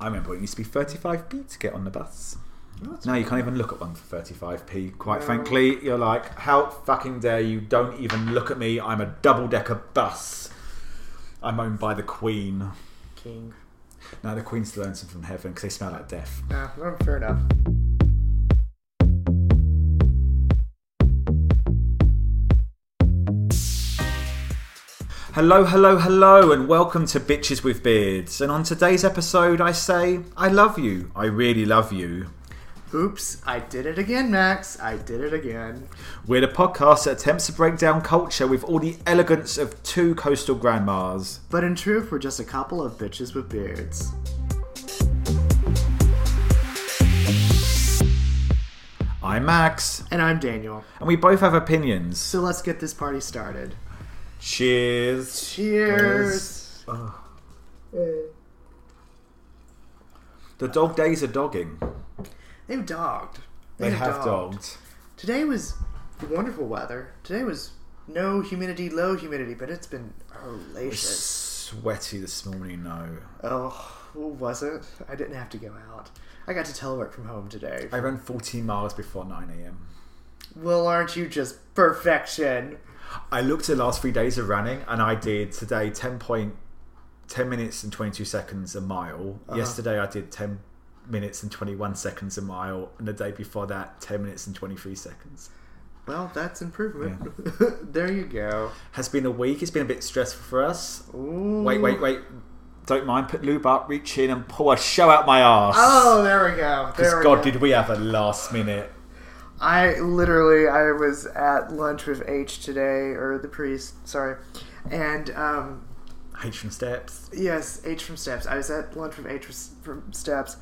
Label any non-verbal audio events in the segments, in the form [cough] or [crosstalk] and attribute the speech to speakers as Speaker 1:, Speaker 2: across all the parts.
Speaker 1: I remember it used to be 35p to get on the bus. Now you can't even look at one for 35p, quite
Speaker 2: No.
Speaker 1: frankly. You're like, how fucking dare you? Don't even look at me. I'm a double decker bus. I'm owned by the Queen.
Speaker 2: King.
Speaker 1: Now the Queen still owns them from heaven because they smell like death.
Speaker 2: Ah, well, fair enough.
Speaker 1: Hello, hello, hello, and welcome to Bitches with Beards. And on today's episode, I say, I love you. I really love you.
Speaker 2: Oops, I did it again, Max. I did it again.
Speaker 1: We're the podcast that attempts to break down culture with all the elegance of two coastal grandmas.
Speaker 2: But in truth, we're just a couple of bitches with beards.
Speaker 1: I'm Max,
Speaker 2: And I'm Daniel.
Speaker 1: and we both have opinions.
Speaker 2: So let's get this party started.
Speaker 1: Cheers.
Speaker 2: Cheers.
Speaker 1: The dog days are dogging.
Speaker 2: They've dogged.
Speaker 1: They have
Speaker 2: dogged.
Speaker 1: dogged.
Speaker 2: Today was wonderful weather. Today was no humidity, low humidity, but it's been hellacious.
Speaker 1: Sweaty this morning, no.
Speaker 2: Oh, what was it? I didn't have to go out. I got to telework from home today.
Speaker 1: I ran 14 miles before 9 a.m.
Speaker 2: Will, aren't you just perfection?
Speaker 1: I looked at the last three days of running, and I did today 10 point, 10 minutes and 22 seconds a mile.
Speaker 2: Uh-huh.
Speaker 1: Yesterday, I did 10 minutes and 21 seconds a mile, and the day before that, 10 minutes and 23 seconds.
Speaker 2: Well, that's improvement. [laughs] there you go.
Speaker 1: Has been a week. It's been a bit stressful for us.
Speaker 2: Ooh.
Speaker 1: Wait, wait, wait. Don't mind. Put lube up, reach in, and pull a show out my arse.
Speaker 2: Oh, there we go. There we
Speaker 1: God,
Speaker 2: go.
Speaker 1: did we have a last minute.
Speaker 2: I literally I was at lunch with H today or the priest, sorry. And um
Speaker 1: H from steps.
Speaker 2: yes, H from Steps. I was at lunch with H from Steps.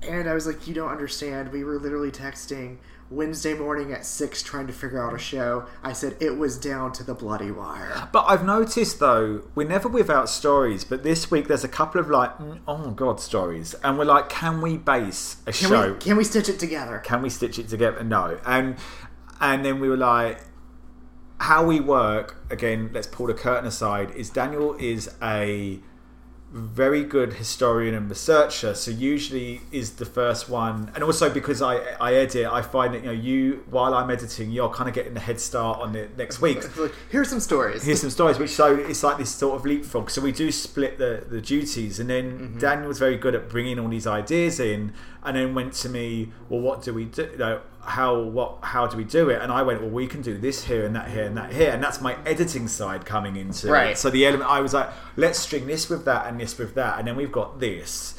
Speaker 2: And I was like, you don't understand. We were literally texting Wednesday morning at 6 trying to figure out a show. I said it was down to the bloody wire.
Speaker 1: But I've noticed though, we're never without stories. But this week, there's a couple of like, mm, oh god, stories, and we're like, can we base a
Speaker 2: Can
Speaker 1: show?
Speaker 2: we can we stitch it together?
Speaker 1: can we stitch it together? No. And and then we were like, how we work again. Let's pull the curtain aside. Is Daniel is a very good historian and researcher, so usually is the first one. And also because I I edit, I find that you know you while I'm editing, you're kind of getting the head start on it next week.
Speaker 2: Look, here's some stories.
Speaker 1: Here's some stories, which so it's like this sort of leapfrog. So we do split the, the duties, and then Daniel's very good at bringing all these ideas in, and then went to me, well, what do we do? You know, how what how do we do it? And I went, well, we can do this here and that here and that here, and that's my editing side coming into it.
Speaker 2: Right.
Speaker 1: So the element I was like, let's string this with that and this with that, and then we've got this,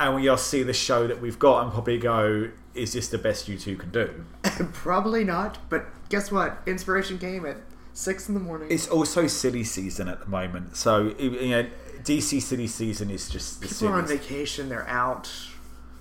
Speaker 1: and we'll see the show that we've got, and probably go, is this the best you two can do?
Speaker 2: Probably not, but guess what? Inspiration came at six in the morning.
Speaker 1: It's also silly season at the moment, so you know, DC silly season is just the
Speaker 2: People are on
Speaker 1: series.
Speaker 2: vacation. They're out.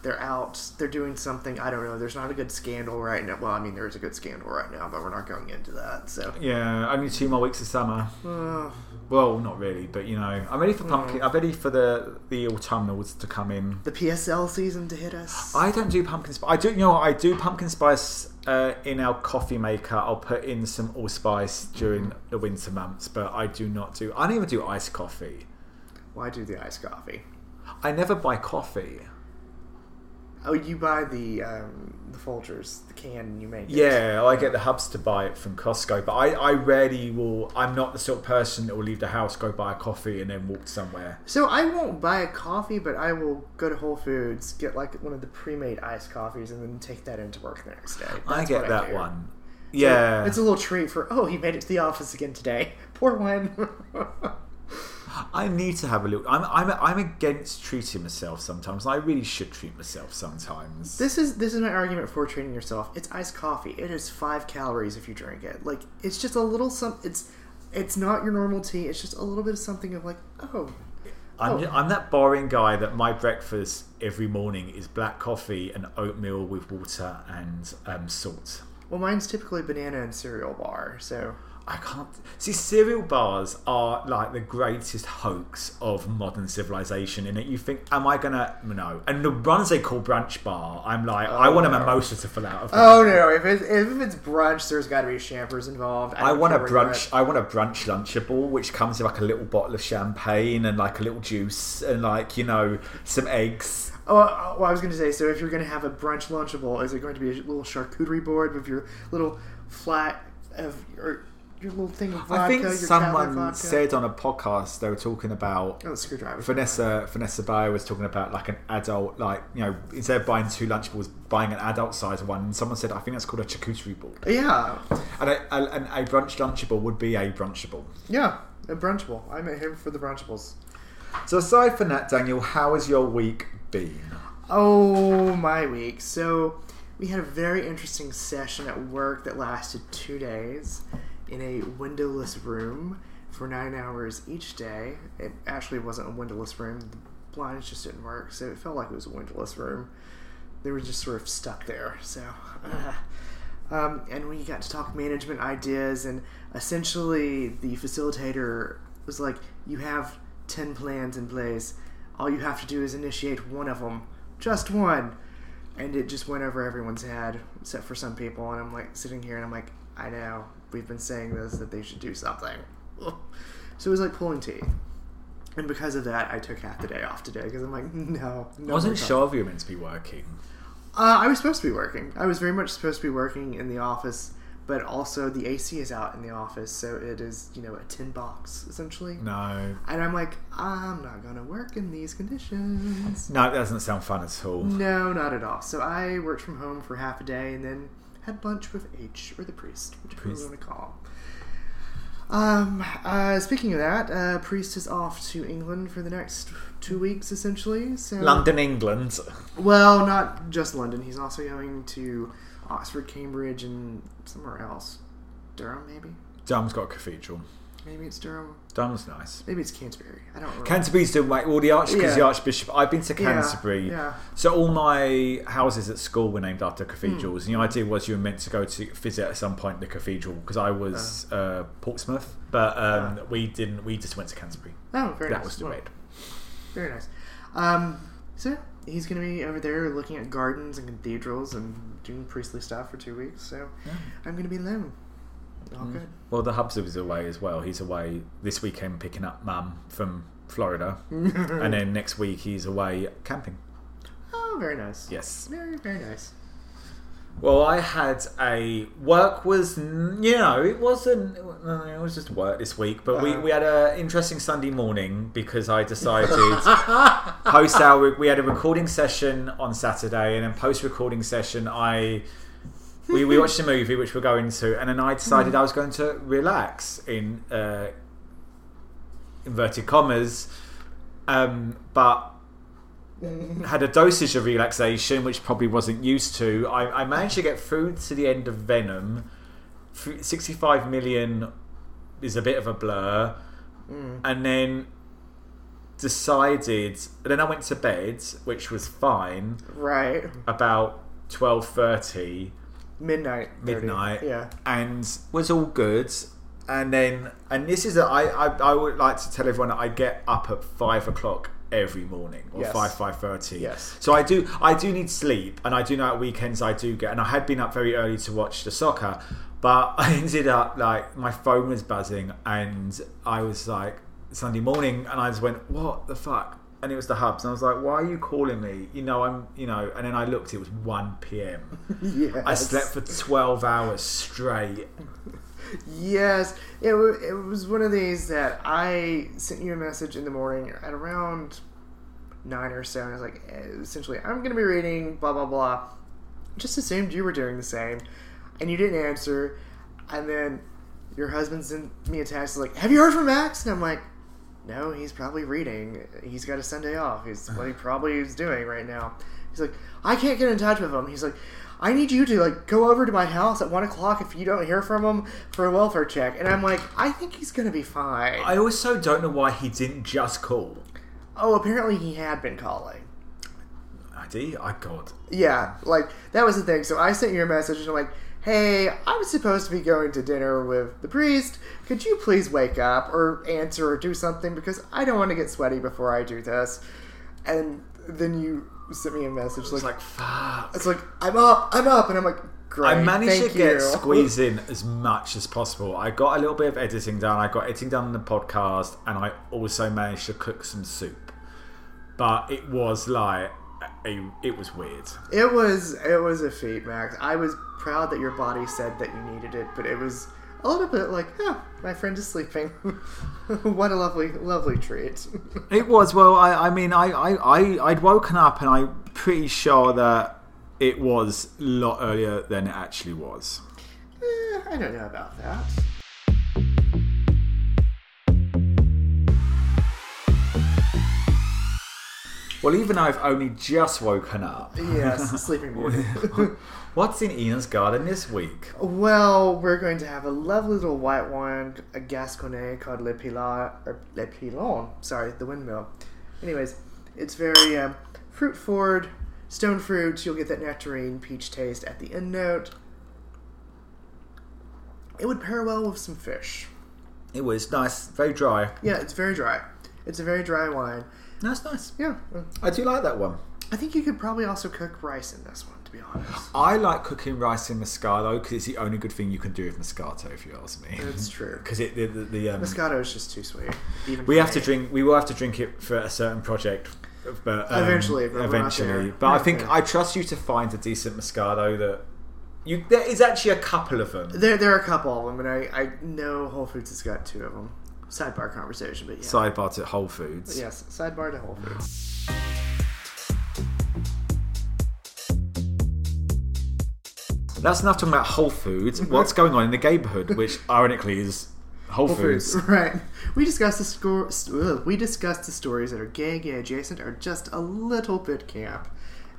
Speaker 2: They're out. They're doing something. I don't know. There's not a good scandal right now. Well, I mean, there is a good scandal right now, but we're not going into that. So,
Speaker 1: Yeah, only two more weeks of summer.
Speaker 2: uh,
Speaker 1: Well, not really, but you know, I'm ready for pumpkin.
Speaker 2: Mm.
Speaker 1: I'm ready for the the autumnals to come in.
Speaker 2: the PSL season to hit us.
Speaker 1: I don't do pumpkin spice. I do, you know, what? I do pumpkin spice uh, in our coffee maker. I'll put in some allspice during the winter months, but I do not do. I don't even do iced coffee.
Speaker 2: Why do the iced coffee?
Speaker 1: I never buy coffee.
Speaker 2: Oh, you buy the um, the Folgers, the can, and you make it.
Speaker 1: Yeah, I get the hubs to buy it from Costco, but I, I rarely will. I'm not the sort of person that will leave the house, go buy a coffee, and then walk somewhere.
Speaker 2: So I won't buy a coffee, but I will go to Whole Foods, get like one of the pre-made iced coffees, and then take that into work the next day.
Speaker 1: I
Speaker 2: That's
Speaker 1: get
Speaker 2: what
Speaker 1: that
Speaker 2: do.
Speaker 1: one. Yeah,
Speaker 2: It's a little treat for, oh, he made it to the office again today. [laughs] Poor one.
Speaker 1: I need to have a look. I'm, I'm, I'm against treating myself sometimes. I really should treat myself sometimes.
Speaker 2: this is this is my argument for treating yourself. It's iced coffee. It is five calories if you drink it. Like it's just a little some. It's it's not your normal tea. It's just a little bit of something of like, oh,
Speaker 1: I'm,
Speaker 2: Oh.
Speaker 1: ju- I'm that boring guy that my breakfast every morning is black coffee and oatmeal with water and um, salt.
Speaker 2: well, mine's typically banana and cereal bar. So
Speaker 1: I can't see cereal bars are like the greatest hoax of modern civilization. In it, you think, am I gonna no? And the ones they call brunch bar, I'm like, I want a
Speaker 2: no.
Speaker 1: mimosa to fill out. Of
Speaker 2: Oh no! If it's, if it's brunch, there's got to be champers involved.
Speaker 1: I
Speaker 2: don't
Speaker 1: want a
Speaker 2: care where you're
Speaker 1: brunch. I want a brunch lunchable, which comes with like a little bottle of champagne and like a little juice and like you know some eggs.
Speaker 2: at. Oh, uh, well, I was going to say. So if you're going to have a brunch lunchable, is it going to be a little charcuterie board with your little flat of your your little thing of vodka?
Speaker 1: I think
Speaker 2: your Cadillac
Speaker 1: someone
Speaker 2: vodka?
Speaker 1: said on a podcast they were talking about
Speaker 2: Oh, the screwdriver.
Speaker 1: Vanessa Vanessa Bayer was talking about like an adult, like you know, instead of buying two lunchables, buying an adult size one. And someone said, I think that's called a charcuterie board.
Speaker 2: Yeah,
Speaker 1: And a, a, and a brunch lunchable would be a brunchable.
Speaker 2: yeah, a brunchable. I'm at him for the brunchables.
Speaker 1: So aside from that, Daniel, how has your week been?
Speaker 2: Oh, my week. So, we had a very interesting session at work that lasted two days in a windowless room for nine hours each day. It actually wasn't a windowless room, the blinds just didn't work, so it felt like it was a windowless room. They were just sort of stuck there, so. [sighs] uh, Um, and we got to talk management ideas, and essentially the facilitator was like, "You have ten plans in place. All you have to do is initiate one of them, just one." And it just went over everyone's head, except for some people. And I'm like sitting here, and I'm like, "I know we've been saying this that they should do something." So it was like pulling teeth. And because of that, I took half the day off today because I'm like, no, no.
Speaker 1: I wasn't
Speaker 2: more time."
Speaker 1: sure if you were meant to be working.
Speaker 2: Uh, I was supposed to be working. I was very much supposed to be working in the office, but also the AC is out in the office, so it is, you know, a tin box, essentially.
Speaker 1: No,
Speaker 2: And I'm like, I'm not going to work in these conditions.
Speaker 1: no, that doesn't sound fun at all.
Speaker 2: No, not at all. So I worked from home for half a day and then had lunch with H, or the priest, whichever
Speaker 1: Priest.
Speaker 2: you want to call him. Um, uh, speaking of that, uh, priest is off to England for the next two weeks, essentially. So
Speaker 1: London, England.
Speaker 2: well, not just London. He's also going to Oxford, Cambridge, and somewhere else. Durham, maybe.
Speaker 1: Durham's got a cathedral.
Speaker 2: Maybe it's Durham.
Speaker 1: Durham's nice.
Speaker 2: Maybe it's Canterbury. I don't remember.
Speaker 1: Canterbury's doing like all the arch because
Speaker 2: Yeah.
Speaker 1: the archbishop. I've been to
Speaker 2: Yeah,
Speaker 1: Canterbury.
Speaker 2: yeah.
Speaker 1: So all my houses at school were named after cathedrals.
Speaker 2: Hmm.
Speaker 1: And the idea was you were meant to go to visit at some point the cathedral because I was
Speaker 2: Ah.
Speaker 1: uh, Portsmouth, but um, we didn't. We just went to Canterbury.
Speaker 2: oh, Ah. very
Speaker 1: That
Speaker 2: nice.
Speaker 1: was the
Speaker 2: Well,
Speaker 1: red.
Speaker 2: Very nice. Um, so yeah, he's going to be over there looking at gardens and cathedrals and doing priestly stuff for two weeks. So I'm going to be alone. All good.
Speaker 1: Mm. Well, the Hubs was away as well. He's away this weekend picking up Mum from Florida,
Speaker 2: Hmm.
Speaker 1: and then next week he's away camping.
Speaker 2: [laughs] Oh, very nice.
Speaker 1: Yes.
Speaker 2: Very very nice.
Speaker 1: Well, I had a work was you know it wasn't it was just work this week, but we,
Speaker 2: Uh-huh.
Speaker 1: we had an interesting Sunday morning because
Speaker 2: [laughs]
Speaker 1: I decided post our we had a recording session on Saturday and then post recording session I we, we watched a movie which we're going to and then I decided I was going to relax in uh, inverted commas, um, but had a dosage of relaxation, which probably wasn't used to. I, I managed to get through to the end of Venom. F- 65 million is a bit of a blur. And then decided, and then I went to bed, which was fine,
Speaker 2: Right.
Speaker 1: about 12.30
Speaker 2: Midnight. 30.
Speaker 1: Midnight.
Speaker 2: Yeah.
Speaker 1: and was all good. And then, and this is, a, I, I, I would like to tell everyone that I get up at five o'clock every morning or
Speaker 2: Yes.
Speaker 1: five five thirty.
Speaker 2: Yes.
Speaker 1: So I do, I do need sleep, and I do know at weekends I do get, and I had been up very early to watch the soccer, but [laughs] I ended up like my phone was buzzing, and I was like Sunday morning, and I just went, what the fuck. And it was the hubs, and I was like, "Why are you calling me?" You know, I'm, you know. And then I looked; it was one p.m.
Speaker 2: Yeah. [laughs]
Speaker 1: I slept for 12 hours straight.
Speaker 2: Yes, it, w- it was one of these that I sent you a message in the morning at around nine or so, and I was like, eh, essentially, I'm going to be reading, blah, blah, blah. Just assumed you were doing the same, and you didn't answer. And then your husband sent me a text, like, Have you heard from Max? And I'm like, No, he's probably reading. He's got a Sunday off. He's what he probably is doing right now. He's like, I can't get in touch with him. He's like, I need you to like go over to my house at one o'clock if you don't hear from him for a welfare check. And I'm like, I think he's gonna be fine.
Speaker 1: I also don't know why he didn't just call.
Speaker 2: oh, apparently he had been calling.
Speaker 1: I did. I God.
Speaker 2: Yeah, like that was the thing. So I sent you a message and I'm like, hey, I'm supposed to be going to dinner with the priest. Could you please wake up or answer or do something because I don't want to get sweaty before I do this? And then you sent me a message
Speaker 1: It's
Speaker 2: like,
Speaker 1: like fuck.
Speaker 2: it's like I'm up, I'm up, and I'm like, great,
Speaker 1: I managed
Speaker 2: thank
Speaker 1: to get [laughs]
Speaker 2: you.
Speaker 1: squeezed in as much as possible. I got a little bit of editing done. I got editing done on the podcast, and I also managed to cook some soup. But it was like a, it was weird.
Speaker 2: [laughs] It was it was a feat, Max. I was proud that your body said that you needed it, but it was a little bit like, oh, my friend is sleeping. [laughs] what a lovely, lovely treat. [laughs]
Speaker 1: It was well. I, I mean, I, I, I, I'd woken up, and I'm pretty sure that it was a lot earlier than it actually was.
Speaker 2: Eh, I don't know about that.
Speaker 1: Well, even though I've only just woken up, [laughs]
Speaker 2: Yes, sleeping beauty.
Speaker 1: what's in Ian's garden this week?
Speaker 2: [laughs] well, we're going to have a lovely little white wine, a Gasconnet called Le Pilar or Le Pilon. Sorry, the windmill. Anyways, it's very um, fruit forward, stone fruit. You'll get that nectarine peach taste at the end note. It would pair well with some fish.
Speaker 1: It was nice, very dry.
Speaker 2: Yeah, it's very dry. It's a very dry wine.
Speaker 1: That's nice.
Speaker 2: Yeah,
Speaker 1: I do like that one.
Speaker 2: I think you could probably also cook rice in this one, to be honest.
Speaker 1: I like cooking rice in Moscato because it's the only good thing you can do with Moscato, if you ask me. [laughs]
Speaker 2: That's true.
Speaker 1: Because it the, the, the um,
Speaker 2: Moscato is just too sweet. even
Speaker 1: we
Speaker 2: for
Speaker 1: have to
Speaker 2: me.
Speaker 1: drink we will have to drink it for a certain project, but um,
Speaker 2: Eventually, but we're not
Speaker 1: eventually.
Speaker 2: there.
Speaker 1: But I
Speaker 2: Not
Speaker 1: think
Speaker 2: there.
Speaker 1: I trust you to find a decent Moscato that you. There is actually a couple of them.
Speaker 2: There, there are a couple of them, and I, I know Whole Foods has got two of them. Sidebar conversation, but yeah.
Speaker 1: Sidebar to Whole Foods.
Speaker 2: yes, sidebar to Whole Foods.
Speaker 1: That's enough talking about Whole Foods. What's going on in the neighborhood, [laughs] which ironically is Whole,
Speaker 2: Whole
Speaker 1: Foods. [laughs]
Speaker 2: Foods, [laughs] right? We discussed the score. ugh, We discussed the stories that are gay, gay adjacent, or just a little bit camp.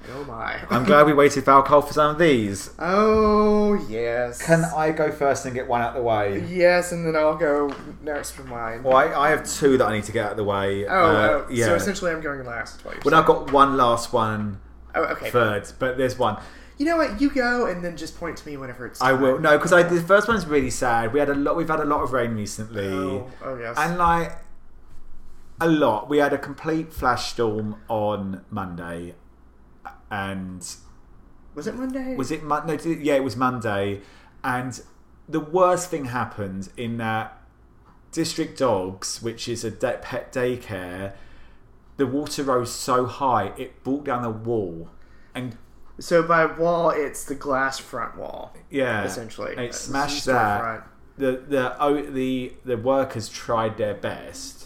Speaker 2: And oh my!
Speaker 1: I'm glad we waited for alcohol for some of these.
Speaker 2: [laughs] oh yes.
Speaker 1: Can I go first and get one out of the way?
Speaker 2: Yes, and then I'll go next for mine.
Speaker 1: Well, I, I have two that I need to get out of the way.
Speaker 2: oh,
Speaker 1: Uh,
Speaker 2: oh, so essentially I'm going last twice.
Speaker 1: Well, I've got one last one,
Speaker 2: oh, okay.
Speaker 1: third, but there's one.
Speaker 2: you know what? You go, and then just point to me whenever it's.
Speaker 1: I
Speaker 2: time.
Speaker 1: will no, because I the first one's really sad. We had a lot. We've had a lot of rain recently,
Speaker 2: Oh, oh yes.
Speaker 1: and like a lot. We had a complete flash storm on Monday, and
Speaker 2: was it Monday?
Speaker 1: was it Mon- no, did- yeah, it was Monday, and the worst thing happened in that District Dogs, which is a de- pet daycare, the water rose so high it brought down the wall, and
Speaker 2: So by wall, it's the glass front wall.
Speaker 1: yeah,
Speaker 2: Essentially.
Speaker 1: and it
Speaker 2: It's
Speaker 1: smashed
Speaker 2: the
Speaker 1: that.
Speaker 2: storefront.
Speaker 1: The the oh, the the workers tried their best.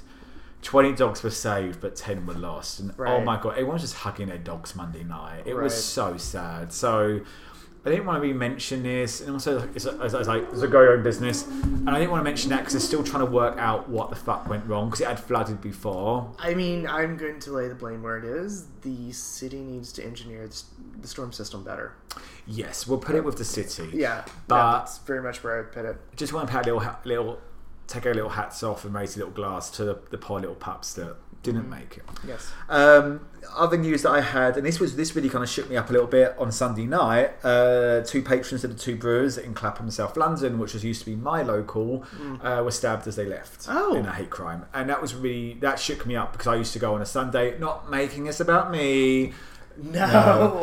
Speaker 1: Twenty dogs were saved, but ten were lost. And oh
Speaker 2: Right.
Speaker 1: my god, everyone was just hugging their dogs Monday night. It
Speaker 2: Right.
Speaker 1: was so sad. So I didn't want to be mention this, and also it's, it's, it's like it's a go your own business, and I didn't want to mention that because they're still trying to work out what the fuck went wrong because it had flooded before.
Speaker 2: I mean, I'm going to lay the blame where it is. The city needs to engineer the s- the storm system better.
Speaker 1: Yes, we'll put it with the city.
Speaker 2: Yeah,
Speaker 1: But-
Speaker 2: that's very much where I put it.
Speaker 1: just want to pay a little, ha- little, take our little hats off and raise a little glass to the, the poor little pups that didn't
Speaker 2: Mm.
Speaker 1: make it.
Speaker 2: Yes.
Speaker 1: Um, other news that I had, and this was this really kind of shook me up a little bit on Sunday night. Uh, two patrons of the two brewers in Clapham, South London, which was used to be my local, uh, were stabbed as they left
Speaker 2: Oh.
Speaker 1: in a hate crime, and that was really that shook me up because I used to go on a Sunday, not making this about me,
Speaker 2: No.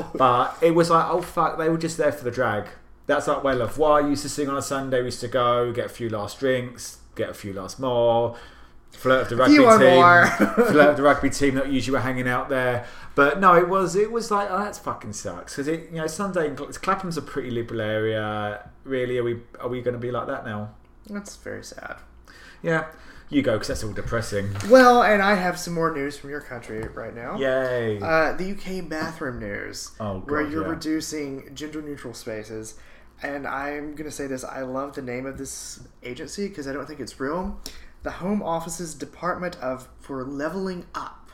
Speaker 1: Um,
Speaker 2: [laughs]
Speaker 1: but it was like oh fuck, they were just there for the drag. That's like where Love Why used to sing on a Sunday. We used to go get a few last drinks, get a few last more. Flirt of the rugby
Speaker 2: few
Speaker 1: team, [laughs]
Speaker 2: more. [laughs]
Speaker 1: flirt of the rugby team that usually were hanging out there. But no, it was it was like oh, that's fucking sucks because it you know Sunday in Cl- Clapham's a pretty liberal area. Really, are we are we going to be like that now?
Speaker 2: That's very sad.
Speaker 1: Yeah, you go because that's all depressing.
Speaker 2: Well, and I have some more news from your country right now.
Speaker 1: Yay!
Speaker 2: Uh, the UK bathroom news,
Speaker 1: Oh,
Speaker 2: where
Speaker 1: God,
Speaker 2: you're
Speaker 1: yeah.
Speaker 2: reducing gender neutral spaces. And I'm going to say this I love the name of this agency because I don't think it's real. The Home Office's Department of for Leveling Up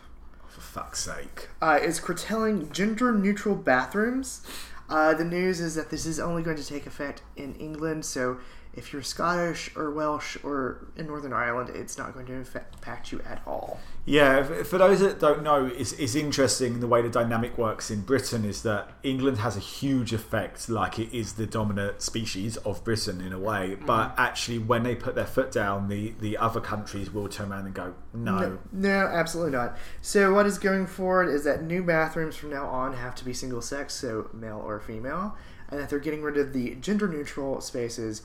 Speaker 1: For fuck's sake.
Speaker 2: uh, is curtailing gender neutral bathrooms. Uh, the news is that this is only going to take effect in England, so if you're Scottish or Welsh or in Northern Ireland, it's not going to impact you at all.
Speaker 1: Yeah, f- for those that don't know, it's, it's interesting the way the dynamic works in Britain is that England has a huge effect, like it is the dominant species of Britain in a way.
Speaker 2: Mm-hmm.
Speaker 1: But actually, when they put their foot down, the, the other countries will turn around and go, no.
Speaker 2: No, no, absolutely not. So what is going forward is that new bathrooms from now on have to be single sex, so male or female, and that they're getting rid of the gender neutral spaces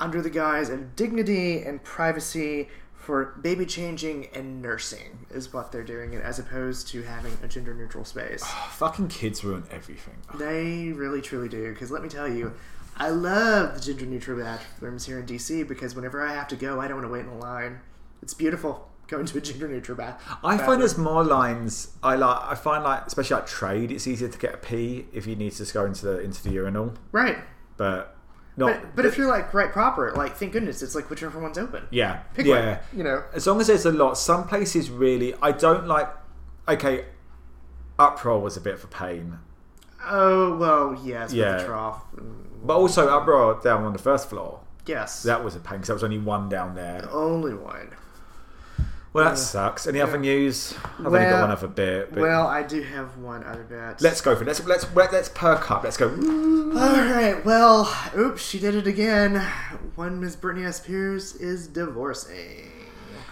Speaker 2: under the guise of dignity and privacy for baby changing and nursing is what they're doing it as opposed to having a gender neutral space.
Speaker 1: Fucking kids ruin everything.
Speaker 2: They really truly do. Because let me tell you, I love the gender neutral bathrooms here in DC because whenever I have to go, I don't want to wait in a line. It's beautiful going to a gender neutral bath.
Speaker 1: I find there's more lines. I like. I find like, especially like trade, it's easier to get a pee if you need to just go into the into the urinal.
Speaker 2: right,
Speaker 1: But not.
Speaker 2: but but if you're like right proper, like thank goodness it's like whichever one's open.
Speaker 1: yeah,
Speaker 2: Pick
Speaker 1: yeah.
Speaker 2: one, you know.
Speaker 1: As long as there's a lot, some places really. I don't like. Okay, uproar was a bit of a pain,
Speaker 2: Oh well, yes, with
Speaker 1: Yeah.
Speaker 2: the trough. mm,
Speaker 1: but also uproar down on the first floor.
Speaker 2: Yes,
Speaker 1: That was a pain because there was only one down there.
Speaker 2: only one.
Speaker 1: Well, that sucks. Any other news? I've only
Speaker 2: Well-
Speaker 1: got one other bit. But
Speaker 2: Well, I do have one other bet.
Speaker 1: let's go for it. Let's let's let's perk up. Let's go.
Speaker 2: All right. Well, oops, she did it again. One Miss Brittany S. Pierce is divorcing.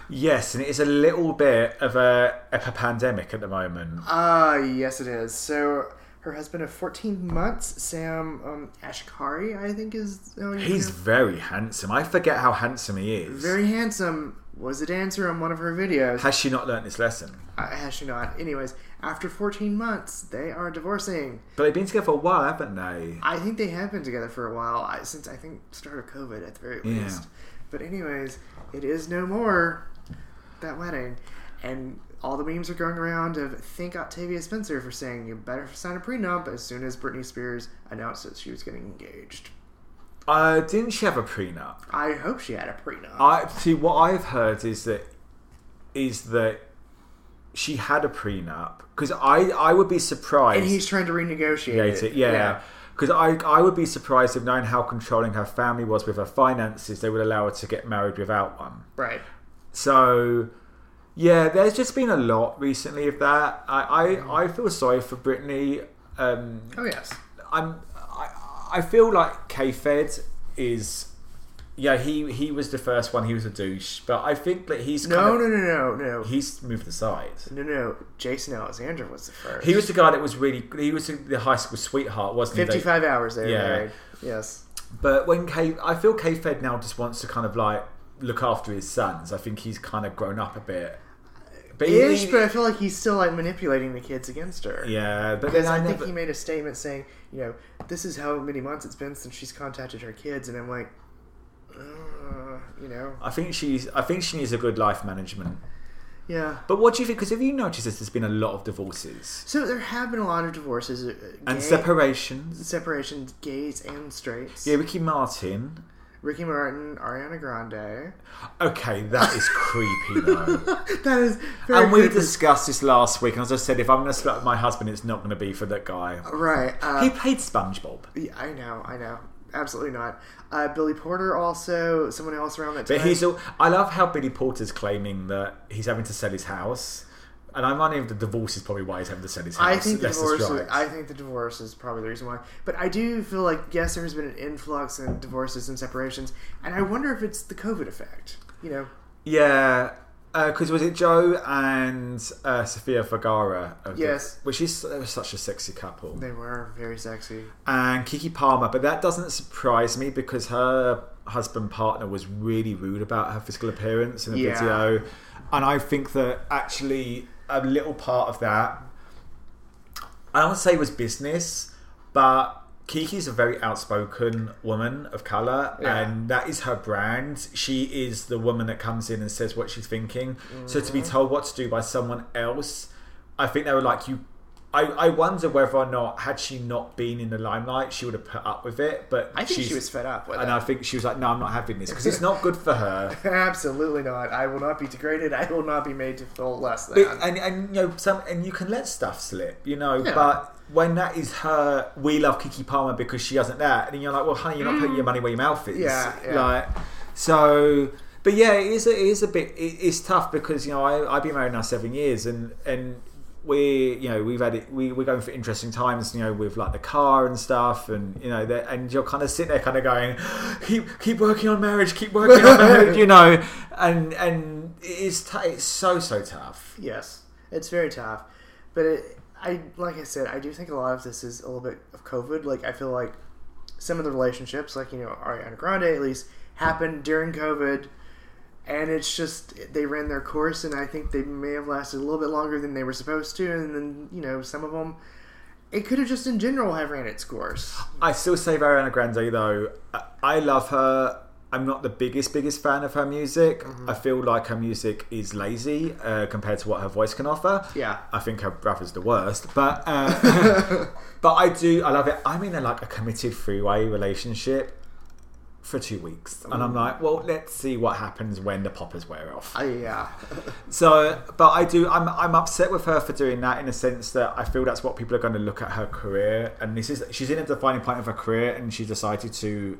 Speaker 1: Yes, and it is a little bit of a, of a pandemic at the moment.
Speaker 2: Ah, yes, it is. So her husband of 14 months, Sam um, Ashkari, I think is. how you
Speaker 1: He's
Speaker 2: pronounce-
Speaker 1: very handsome. I forget how handsome he is.
Speaker 2: very handsome. Was a dancer on one of her videos.
Speaker 1: Has she not learnt this lesson?
Speaker 2: Uh, has she not? Anyways, after 14 months, they are divorcing.
Speaker 1: But they've been together for a while, haven't they?
Speaker 2: I think they have been together for a while I, since I think start of COVID at the very
Speaker 1: Yeah.
Speaker 2: least. But anyways, it is no more that wedding, and all the memes are going around of thank Octavia Spencer for saying you better sign a prenup as soon as Britney Spears announced that she was getting engaged.
Speaker 1: Uh, didn't she have a prenup?
Speaker 2: I hope she had a prenup.
Speaker 1: I see. What I've heard is that is that she had a prenup because I I would be surprised.
Speaker 2: and he's trying to renegotiate
Speaker 1: Hate it, Yeah. Because I, I would be surprised if knowing how controlling her family was with her finances, they would allow her to get married without one.
Speaker 2: right.
Speaker 1: So, yeah, there's just been a lot recently of that. I I, I feel sorry for Brittany. Um,
Speaker 2: Oh yes.
Speaker 1: I'm I, I feel like K Fed is yeah he he was the first one he was a douche, but I think that he's kind
Speaker 2: No,
Speaker 1: of,
Speaker 2: no, no, no, no,
Speaker 1: he's moved aside.
Speaker 2: no, no. Jason Alexander was the first.
Speaker 1: He was the guy that was really he was the high school sweetheart, wasn't he? They-
Speaker 2: 55 hours they were
Speaker 1: Yeah.
Speaker 2: married. Yes.
Speaker 1: But when K, I feel K Fed now just wants to kind of like look after his sons. I think he's kind of grown up a bit. But he-
Speaker 2: ish, but I feel like he's still like manipulating the kids against her.
Speaker 1: yeah, but then
Speaker 2: Because
Speaker 1: I,
Speaker 2: I think
Speaker 1: never,
Speaker 2: he made a statement saying, you know, this is how many months it's been since she's contacted her kids, and I'm like, uh, you know,
Speaker 1: I think she's. I think she needs a good life management.
Speaker 2: yeah.
Speaker 1: But what do you think? Because have you noticed that there's been a lot of divorces
Speaker 2: So there have been a lot of divorces, uh,
Speaker 1: and
Speaker 2: gay-
Speaker 1: separations?
Speaker 2: separations, gays and straights.
Speaker 1: Yeah, Ricky Martin.
Speaker 2: Ricky Martin, Ariana Grande. [laughs]
Speaker 1: Okay, that is creepy though.
Speaker 2: That is very
Speaker 1: and we
Speaker 2: creepy.
Speaker 1: discussed this last week, and as I said, if I'm going to split with my husband, it's not going to be for that guy.
Speaker 2: right. Uh,
Speaker 1: He played SpongeBob,
Speaker 2: yeah, I know, I know, absolutely not. Uh, Billy Porter also, someone else around that time.
Speaker 1: but he's. All, I love how Billy Porter's claiming that he's having to sell his house, and I'm wondering if the divorce is probably why he's having to sell his house.
Speaker 2: I think the
Speaker 1: Less
Speaker 2: divorce. Is,
Speaker 1: strikes.
Speaker 2: I think the divorce is probably the reason why. But I do feel like yes, there has been an influx in divorces and separations, and I wonder if it's the COVID effect. You know,
Speaker 1: Yeah, because was it Joe and uh, Sofia Vergara? of the-
Speaker 2: Yes.
Speaker 1: which is they were such a sexy couple,
Speaker 2: they were very sexy.
Speaker 1: and Kiki Palmer. But that doesn't surprise me because her husband partner was really rude about her physical appearance in the
Speaker 2: Yeah.
Speaker 1: video, and I think that actually a little part of that, I don't say was business, but. Kiki's a very outspoken woman of color,
Speaker 2: Yeah.
Speaker 1: and and that is her brand. She is the woman that comes in and says
Speaker 2: Mm.
Speaker 1: what she's thinking. So to be told what to do by someone else, I think they were like, "You I, I wonder whether or not had she not been in the limelight, she would have put up with it. But
Speaker 2: I think she
Speaker 1: she's-
Speaker 2: was fed up with
Speaker 1: and
Speaker 2: it.
Speaker 1: I think she was like, "No, I'm not having this because it's not good for her."
Speaker 2: [laughs] Absolutely not. I will not be degraded. I will not be made to feel less than.
Speaker 1: But- and and you know some and you can let stuff slip, you know.
Speaker 2: Yeah.
Speaker 1: But when that is her, we love Kiki Palmer because she doesn't that, and you're like, well, honey, you're not putting your money where your mouth is.
Speaker 2: Mm. Yeah, yeah.
Speaker 1: Like so, but yeah, it is a, it is a bit it, it's tough because you know I I've been married now seven years and and. We, you know, we've had it. We, we're going for interesting times, you know, with like the car and stuff, and you know, that, and you're kind of sitting there, kind of going, keep, keep working on marriage, keep working on
Speaker 2: [laughs]
Speaker 1: marriage, you know, and and it's t- it's so so tough.
Speaker 2: Yes, it's very tough, but it, I like I said, I do think a lot of this is a little bit of COVID. Like I feel like some of the relationships, like you know Ariana Grande, at least happened during COVID, and it's just they ran their course, and I think they may have lasted a little bit longer than they were supposed to, and then you know some of them, it could have just in general have ran its course.
Speaker 1: I still save Ariana Grande though. I- I love her. I'm not the biggest biggest fan of her music. I feel like her music is lazy uh, compared to what her voice can offer.
Speaker 2: Yeah.
Speaker 1: I think her brother's the worst, but uh, but I do. I love it. I'm in a, like a committed three way relationship for two weeks, and I'm like, well, let's see what happens when the poppers wear off.
Speaker 2: I, yeah,
Speaker 1: So, but I do. I'm I'm upset with her for doing that in a sense that I feel that's what people are going to look at her career, and this is she's in a defining point of her career, and she decided to,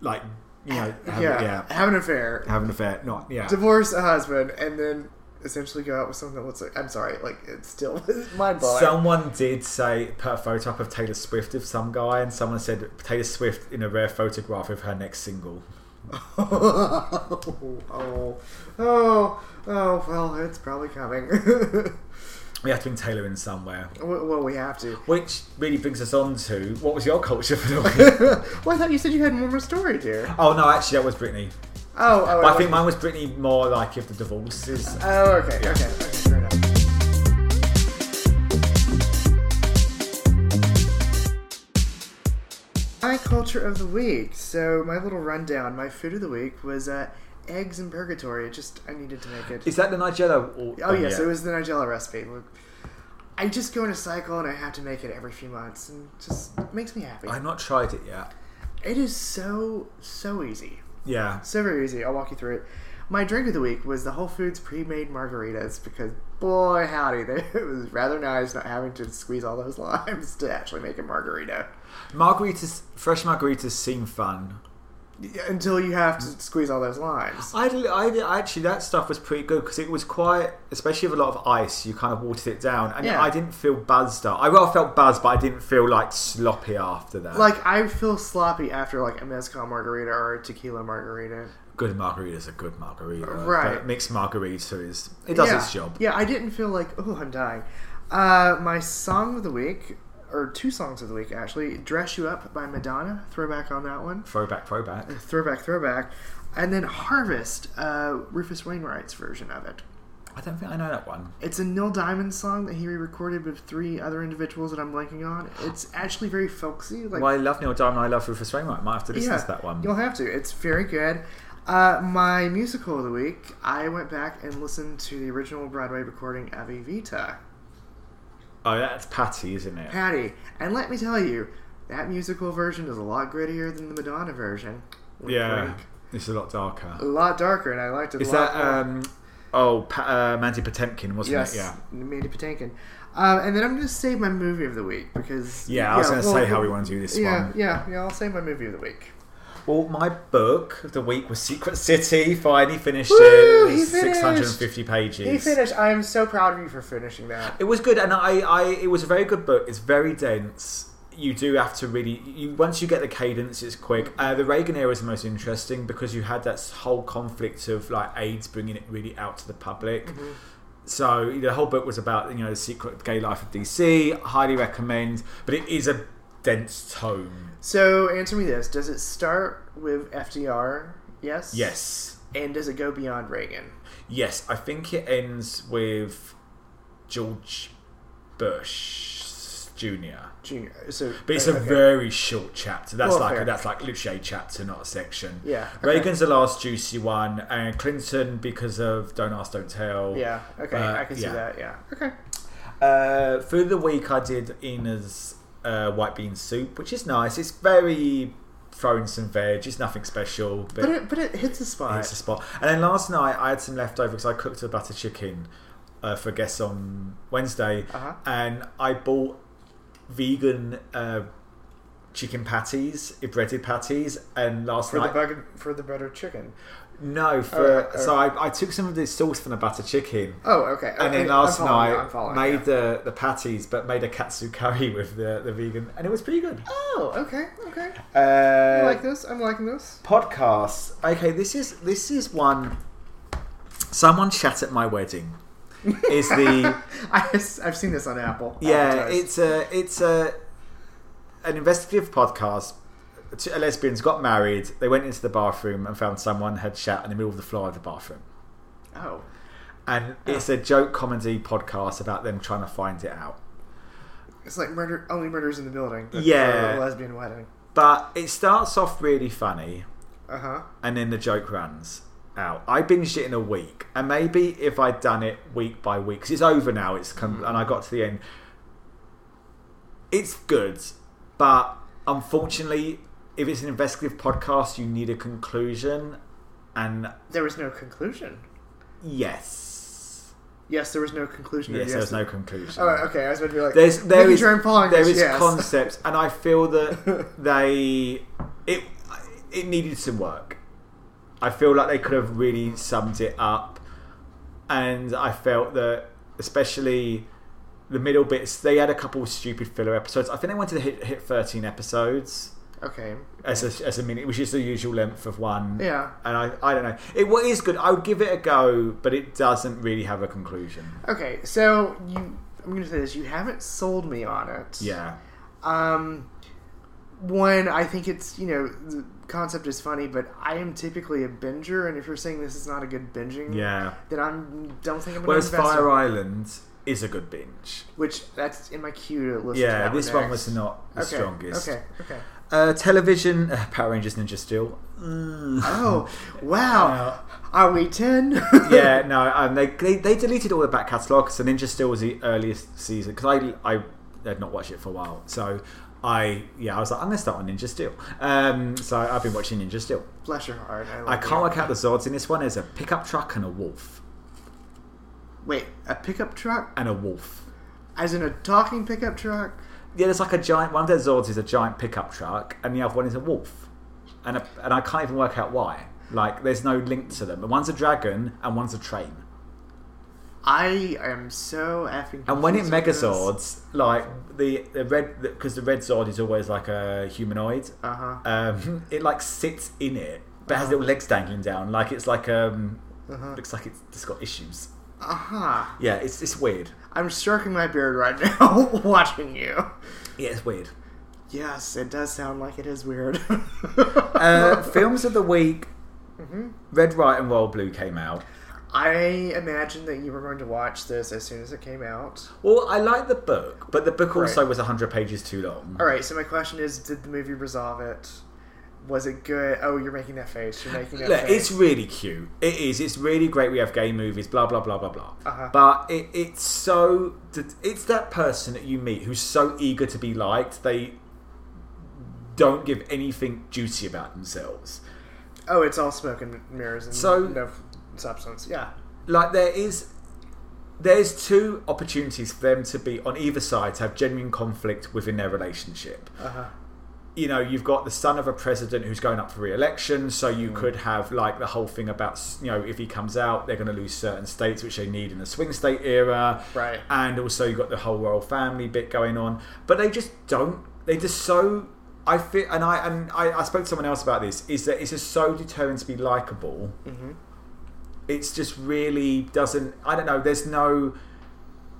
Speaker 1: like, you [laughs] know, have,
Speaker 2: yeah,
Speaker 1: yeah.
Speaker 2: have an affair.
Speaker 1: have an affair. Not yeah.
Speaker 2: divorce a husband and then essentially go out with someone that looks like I'm sorry, like it's still [laughs] mind blowing.
Speaker 1: Someone did say put a photo up of Taylor Swift of some guy, and someone said Taylor Swift in a rare photograph of her next single.
Speaker 2: oh, oh, oh, oh, well, it's probably coming. [laughs]
Speaker 1: We have to bring Taylor in somewhere,
Speaker 2: well, well, we have to. [laughs]
Speaker 1: which really brings us on to what was your culture for the [laughs] week?
Speaker 2: Well, I thought you said you had one more story, dear.
Speaker 1: oh no, actually that was Britney.
Speaker 2: Oh, oh,
Speaker 1: But I
Speaker 2: oh,
Speaker 1: think mine was Britney more like if the divorce is
Speaker 2: Oh, okay,
Speaker 1: Yeah.
Speaker 2: okay, okay, fair enough. My culture of the week. So my little rundown. My food of the week was uh, eggs in purgatory. It just I needed to make it.
Speaker 1: Is that the Nigella? Or,
Speaker 2: oh yes,
Speaker 1: yeah.
Speaker 2: it was the Nigella recipe. Look, I just go in a cycle and I have to make it every few months, and just it makes me happy.
Speaker 1: I've not tried it yet.
Speaker 2: It is so so easy.
Speaker 1: Yeah.
Speaker 2: So very easy. I'll walk you through it. My drink of the week was the Whole Foods pre-made margaritas because boy howdy, [laughs] they, it was rather nice not having to squeeze all those limes to actually make a margarita.
Speaker 1: Margaritas, fresh margaritas seem fun.
Speaker 2: Yeah, Until you have to squeeze all those limes.
Speaker 1: I, d- I d- actually that stuff was pretty good because it was quite, especially with a lot of ice. You kind of watered it down, and
Speaker 2: Yeah.
Speaker 1: I didn't feel buzzed. Up. I well felt buzzed, but I didn't feel like sloppy after that.
Speaker 2: Like I feel sloppy after like a mezcal margarita or a tequila margarita.
Speaker 1: good margaritas are good margarita,
Speaker 2: Right.
Speaker 1: But mixed margarita is it does
Speaker 2: yeah.
Speaker 1: its job.
Speaker 2: Yeah, I didn't feel like oh I'm dying. Uh, my song of the week, or two songs of the week actually, "Dress You Up" by Madonna. Throwback on that one.
Speaker 1: Throwback, throwback.
Speaker 2: throwback, throwback, and then Harvest, uh, Rufus Wainwright's version of it.
Speaker 1: I don't think I know that one.
Speaker 2: It's a Neil Diamond song that he re-recorded with three other individuals that I'm blanking on. It's actually very folksy. Like,
Speaker 1: well, I love Neil Diamond. I love Rufus Wainwright. Might have to listen
Speaker 2: yeah,
Speaker 1: to that one.
Speaker 2: You'll have to. It's very good. Uh, my musical of the week, I went back and listened to the original Broadway recording of Evita,
Speaker 1: Oh, that's Patty, isn't it?
Speaker 2: Patty, and let me tell you, that musical version is a lot grittier than the Madonna version. Wink,
Speaker 1: yeah,
Speaker 2: wink.
Speaker 1: it's a lot darker.
Speaker 2: a lot darker, and I liked it.
Speaker 1: Is
Speaker 2: a lot
Speaker 1: that
Speaker 2: more.
Speaker 1: um? Oh, pa- uh, Mandy Potemkin, wasn't
Speaker 2: Yes,
Speaker 1: it? Yeah.
Speaker 2: Mandy Patinkin. Um, and then I'm going to save my movie of the week because
Speaker 1: Yeah, I was going to
Speaker 2: well,
Speaker 1: say how we want to do this
Speaker 2: Yeah,
Speaker 1: one.
Speaker 2: yeah, yeah. I'll save my movie of the week.
Speaker 1: Well, my book of the week was Secret City. Finally finished
Speaker 2: Woo,
Speaker 1: it.
Speaker 2: he
Speaker 1: It's
Speaker 2: finished.
Speaker 1: 650 pages.
Speaker 2: He finished. I am so proud of you for finishing that.
Speaker 1: It was good, and I, I, it was a very good book. It's very dense. You do have to really, you once you get the cadence, it's quick. Uh, the Reagan era is the most interesting because you had that whole conflict of like AIDS bringing it really out to the public. So the whole book was about you know the secret gay life of DC. Highly recommend, but it is a dense tome.
Speaker 2: So answer me this: Does it start with FDR? Yes.
Speaker 1: Yes,
Speaker 2: And does it go beyond Reagan?
Speaker 1: yes. I think it ends with George Bush Jr.
Speaker 2: Junior. So,
Speaker 1: But it's a
Speaker 2: okay.
Speaker 1: very short chapter. That's
Speaker 2: Well,
Speaker 1: like
Speaker 2: fair.
Speaker 1: that's like literally a chapter, not a section.
Speaker 2: Yeah, okay.
Speaker 1: Reagan's the last juicy one, and Clinton because of Don't Ask, Don't Tell.
Speaker 2: Yeah. Okay.
Speaker 1: Uh,
Speaker 2: I can see
Speaker 1: yeah.
Speaker 2: that. Yeah. Okay.
Speaker 1: Uh, food of the week, I did Ina's uh, white bean soup, which is nice. It's very throwing some veg. It's nothing special, but,
Speaker 2: But it, but it hits a spot.
Speaker 1: it's a spot. And then last night, I had some leftover because I cooked a butter chicken uh, for guests on Wednesday,
Speaker 2: Uh-huh.
Speaker 1: and I bought vegan. Uh, Chicken patties, breaded patties, and last
Speaker 2: for
Speaker 1: night
Speaker 2: the Uh, bug, for the butter chicken.
Speaker 1: No, for
Speaker 2: Alright,
Speaker 1: so I, I took some of the sauce from the butter chicken,
Speaker 2: Oh, okay.
Speaker 1: and
Speaker 2: Okay,
Speaker 1: then last
Speaker 2: I'm following
Speaker 1: night
Speaker 2: you, I'm following
Speaker 1: made
Speaker 2: you.
Speaker 1: the, the patties, but made a katsu curry [laughs] with the, the vegan, and it was pretty good.
Speaker 2: Oh, okay, okay. I
Speaker 1: Uh,
Speaker 2: like this. I'm liking this.
Speaker 1: podcasts. Okay, this is this is one. Someone chat at my wedding. Is
Speaker 2: [laughs]
Speaker 1: the
Speaker 2: I, I've seen this on Apple.
Speaker 1: yeah?
Speaker 2: Advertised.
Speaker 1: It's a it's a an investigative podcast. Two lesbians got married. They went into the bathroom and found someone had shat in the middle of the floor of the bathroom.
Speaker 2: oh,
Speaker 1: and it's a joke comedy podcast about them trying to find it out.
Speaker 2: it's like murder. Only murders in the building. but
Speaker 1: Yeah.
Speaker 2: for a lesbian wedding.
Speaker 1: But it starts off really funny,
Speaker 2: Uh huh.
Speaker 1: and then the joke runs out. I binged it in a week, and maybe if I'd done it week by week, 'cause it's over now. It's come,
Speaker 2: Mm.
Speaker 1: and I got to the end. It's good, but unfortunately, if it's an investigative podcast, you need a conclusion, and
Speaker 2: There was no conclusion.
Speaker 1: yes,
Speaker 2: Yes, there was no conclusion.
Speaker 1: yes, there's no
Speaker 2: there-
Speaker 1: conclusion.
Speaker 2: Oh, okay. I was about to be like,
Speaker 1: there's there
Speaker 2: making
Speaker 1: is
Speaker 2: sure I'm following
Speaker 1: there
Speaker 2: this,
Speaker 1: is
Speaker 2: yes.
Speaker 1: concepts, and I feel that they it it needed some work. I feel like they could have really summed it up, and I felt that especially the middle bits. They had a couple of stupid filler episodes. I think they wanted to hit hit thirteen episodes
Speaker 2: [laughs] okay.
Speaker 1: as a, as a minute, which is the usual length of one.
Speaker 2: Yeah.
Speaker 1: And I, I don't know. It what is good. I would give it a go, but it doesn't really have a conclusion.
Speaker 2: Okay. So you, I'm gonna say this. You haven't sold me on it.
Speaker 1: Yeah.
Speaker 2: Um, one, I think it's you know the concept is funny, but I am typically a binger, and if you're saying this is not a good binging,
Speaker 1: Yeah.
Speaker 2: then I'm don't think I'm gonna
Speaker 1: Whereas
Speaker 2: invest. in-
Speaker 1: Fire Island is a good binge.
Speaker 2: which that's in my queue to listen. to
Speaker 1: Yeah,
Speaker 2: that
Speaker 1: this
Speaker 2: one
Speaker 1: one was not the
Speaker 2: next. okay,
Speaker 1: strongest.
Speaker 2: Okay,
Speaker 1: [laughs]
Speaker 2: okay.
Speaker 1: Uh, television, uh, Power Rangers Ninja Steel. Mm.
Speaker 2: Oh wow, are we ten?
Speaker 1: uh, [laughs] yeah, no, um, they, they they deleted all the back catalogue, so Ninja Steel was the earliest season because I I had not watched it for a while, so I yeah I was like I'm gonna start on Ninja Steel. Um, so I've been watching Ninja Steel.
Speaker 2: Bless your heart. I, love
Speaker 1: I can't
Speaker 2: you.
Speaker 1: work out the Zords in this one. There's a pickup truck and a wolf
Speaker 2: Wait, a pickup truck?
Speaker 1: and a wolf.
Speaker 2: As in a talking pickup truck?
Speaker 1: Yeah, there's like a giant. One of their Zords is a giant pickup truck, and the other one is a wolf, and a, and I can't even work out why. Like, there's no link to them. And one's a dragon, and one's a train.
Speaker 2: I am so effing.
Speaker 1: And when it
Speaker 2: confused with this.
Speaker 1: Megazords, like the the red, because the, red Zord is always like a humanoid.
Speaker 2: Uh-huh.
Speaker 1: Um, [laughs] it like sits in it, but has little legs dangling down. Like it's like um, looks like it's, it's got issues.
Speaker 2: Aha.
Speaker 1: Yeah, it's it's weird.
Speaker 2: I'm stroking my beard right now [laughs] watching you.
Speaker 1: Yeah, it's weird.
Speaker 2: Yes, it does sound like it is weird.
Speaker 1: [laughs]
Speaker 2: [laughs]
Speaker 1: Uh, films of the week. Red, Right, and Royal Blue came out.
Speaker 2: I imagined that you were going to watch this as soon as it came out.
Speaker 1: Well, I like the book, but the book also
Speaker 2: Right.
Speaker 1: was 100 pages too long.
Speaker 2: All right, so my question is did the movie resolve it? Was it good? Oh, you're making that face. You're making that
Speaker 1: Look,
Speaker 2: face.
Speaker 1: it's really cute. It is. It's really great. We have gay movies. Blah blah blah blah blah.
Speaker 2: Uh-huh.
Speaker 1: But it, it's so. It's that person that you meet who's so eager to be liked. They don't give anything juicy about themselves.
Speaker 2: Oh, it's all smoke and mirrors and
Speaker 1: So-
Speaker 2: no f- substance. Yeah.
Speaker 1: Like there is. There's two opportunities for them to be on either side to have genuine conflict within their relationship.
Speaker 2: Uh-huh.
Speaker 1: you know, you've got the son of a president who's going up for re-election, so you could have like the whole thing about you know if he comes out, they're going to lose certain states which they need in the swing state era,
Speaker 2: Right.
Speaker 1: And also you've got the whole royal family bit going on, but they just don't. They just so I feel, and I and I, I spoke to someone else about this is that it's just so determined to be likable. It's just really doesn't. I don't know. There's no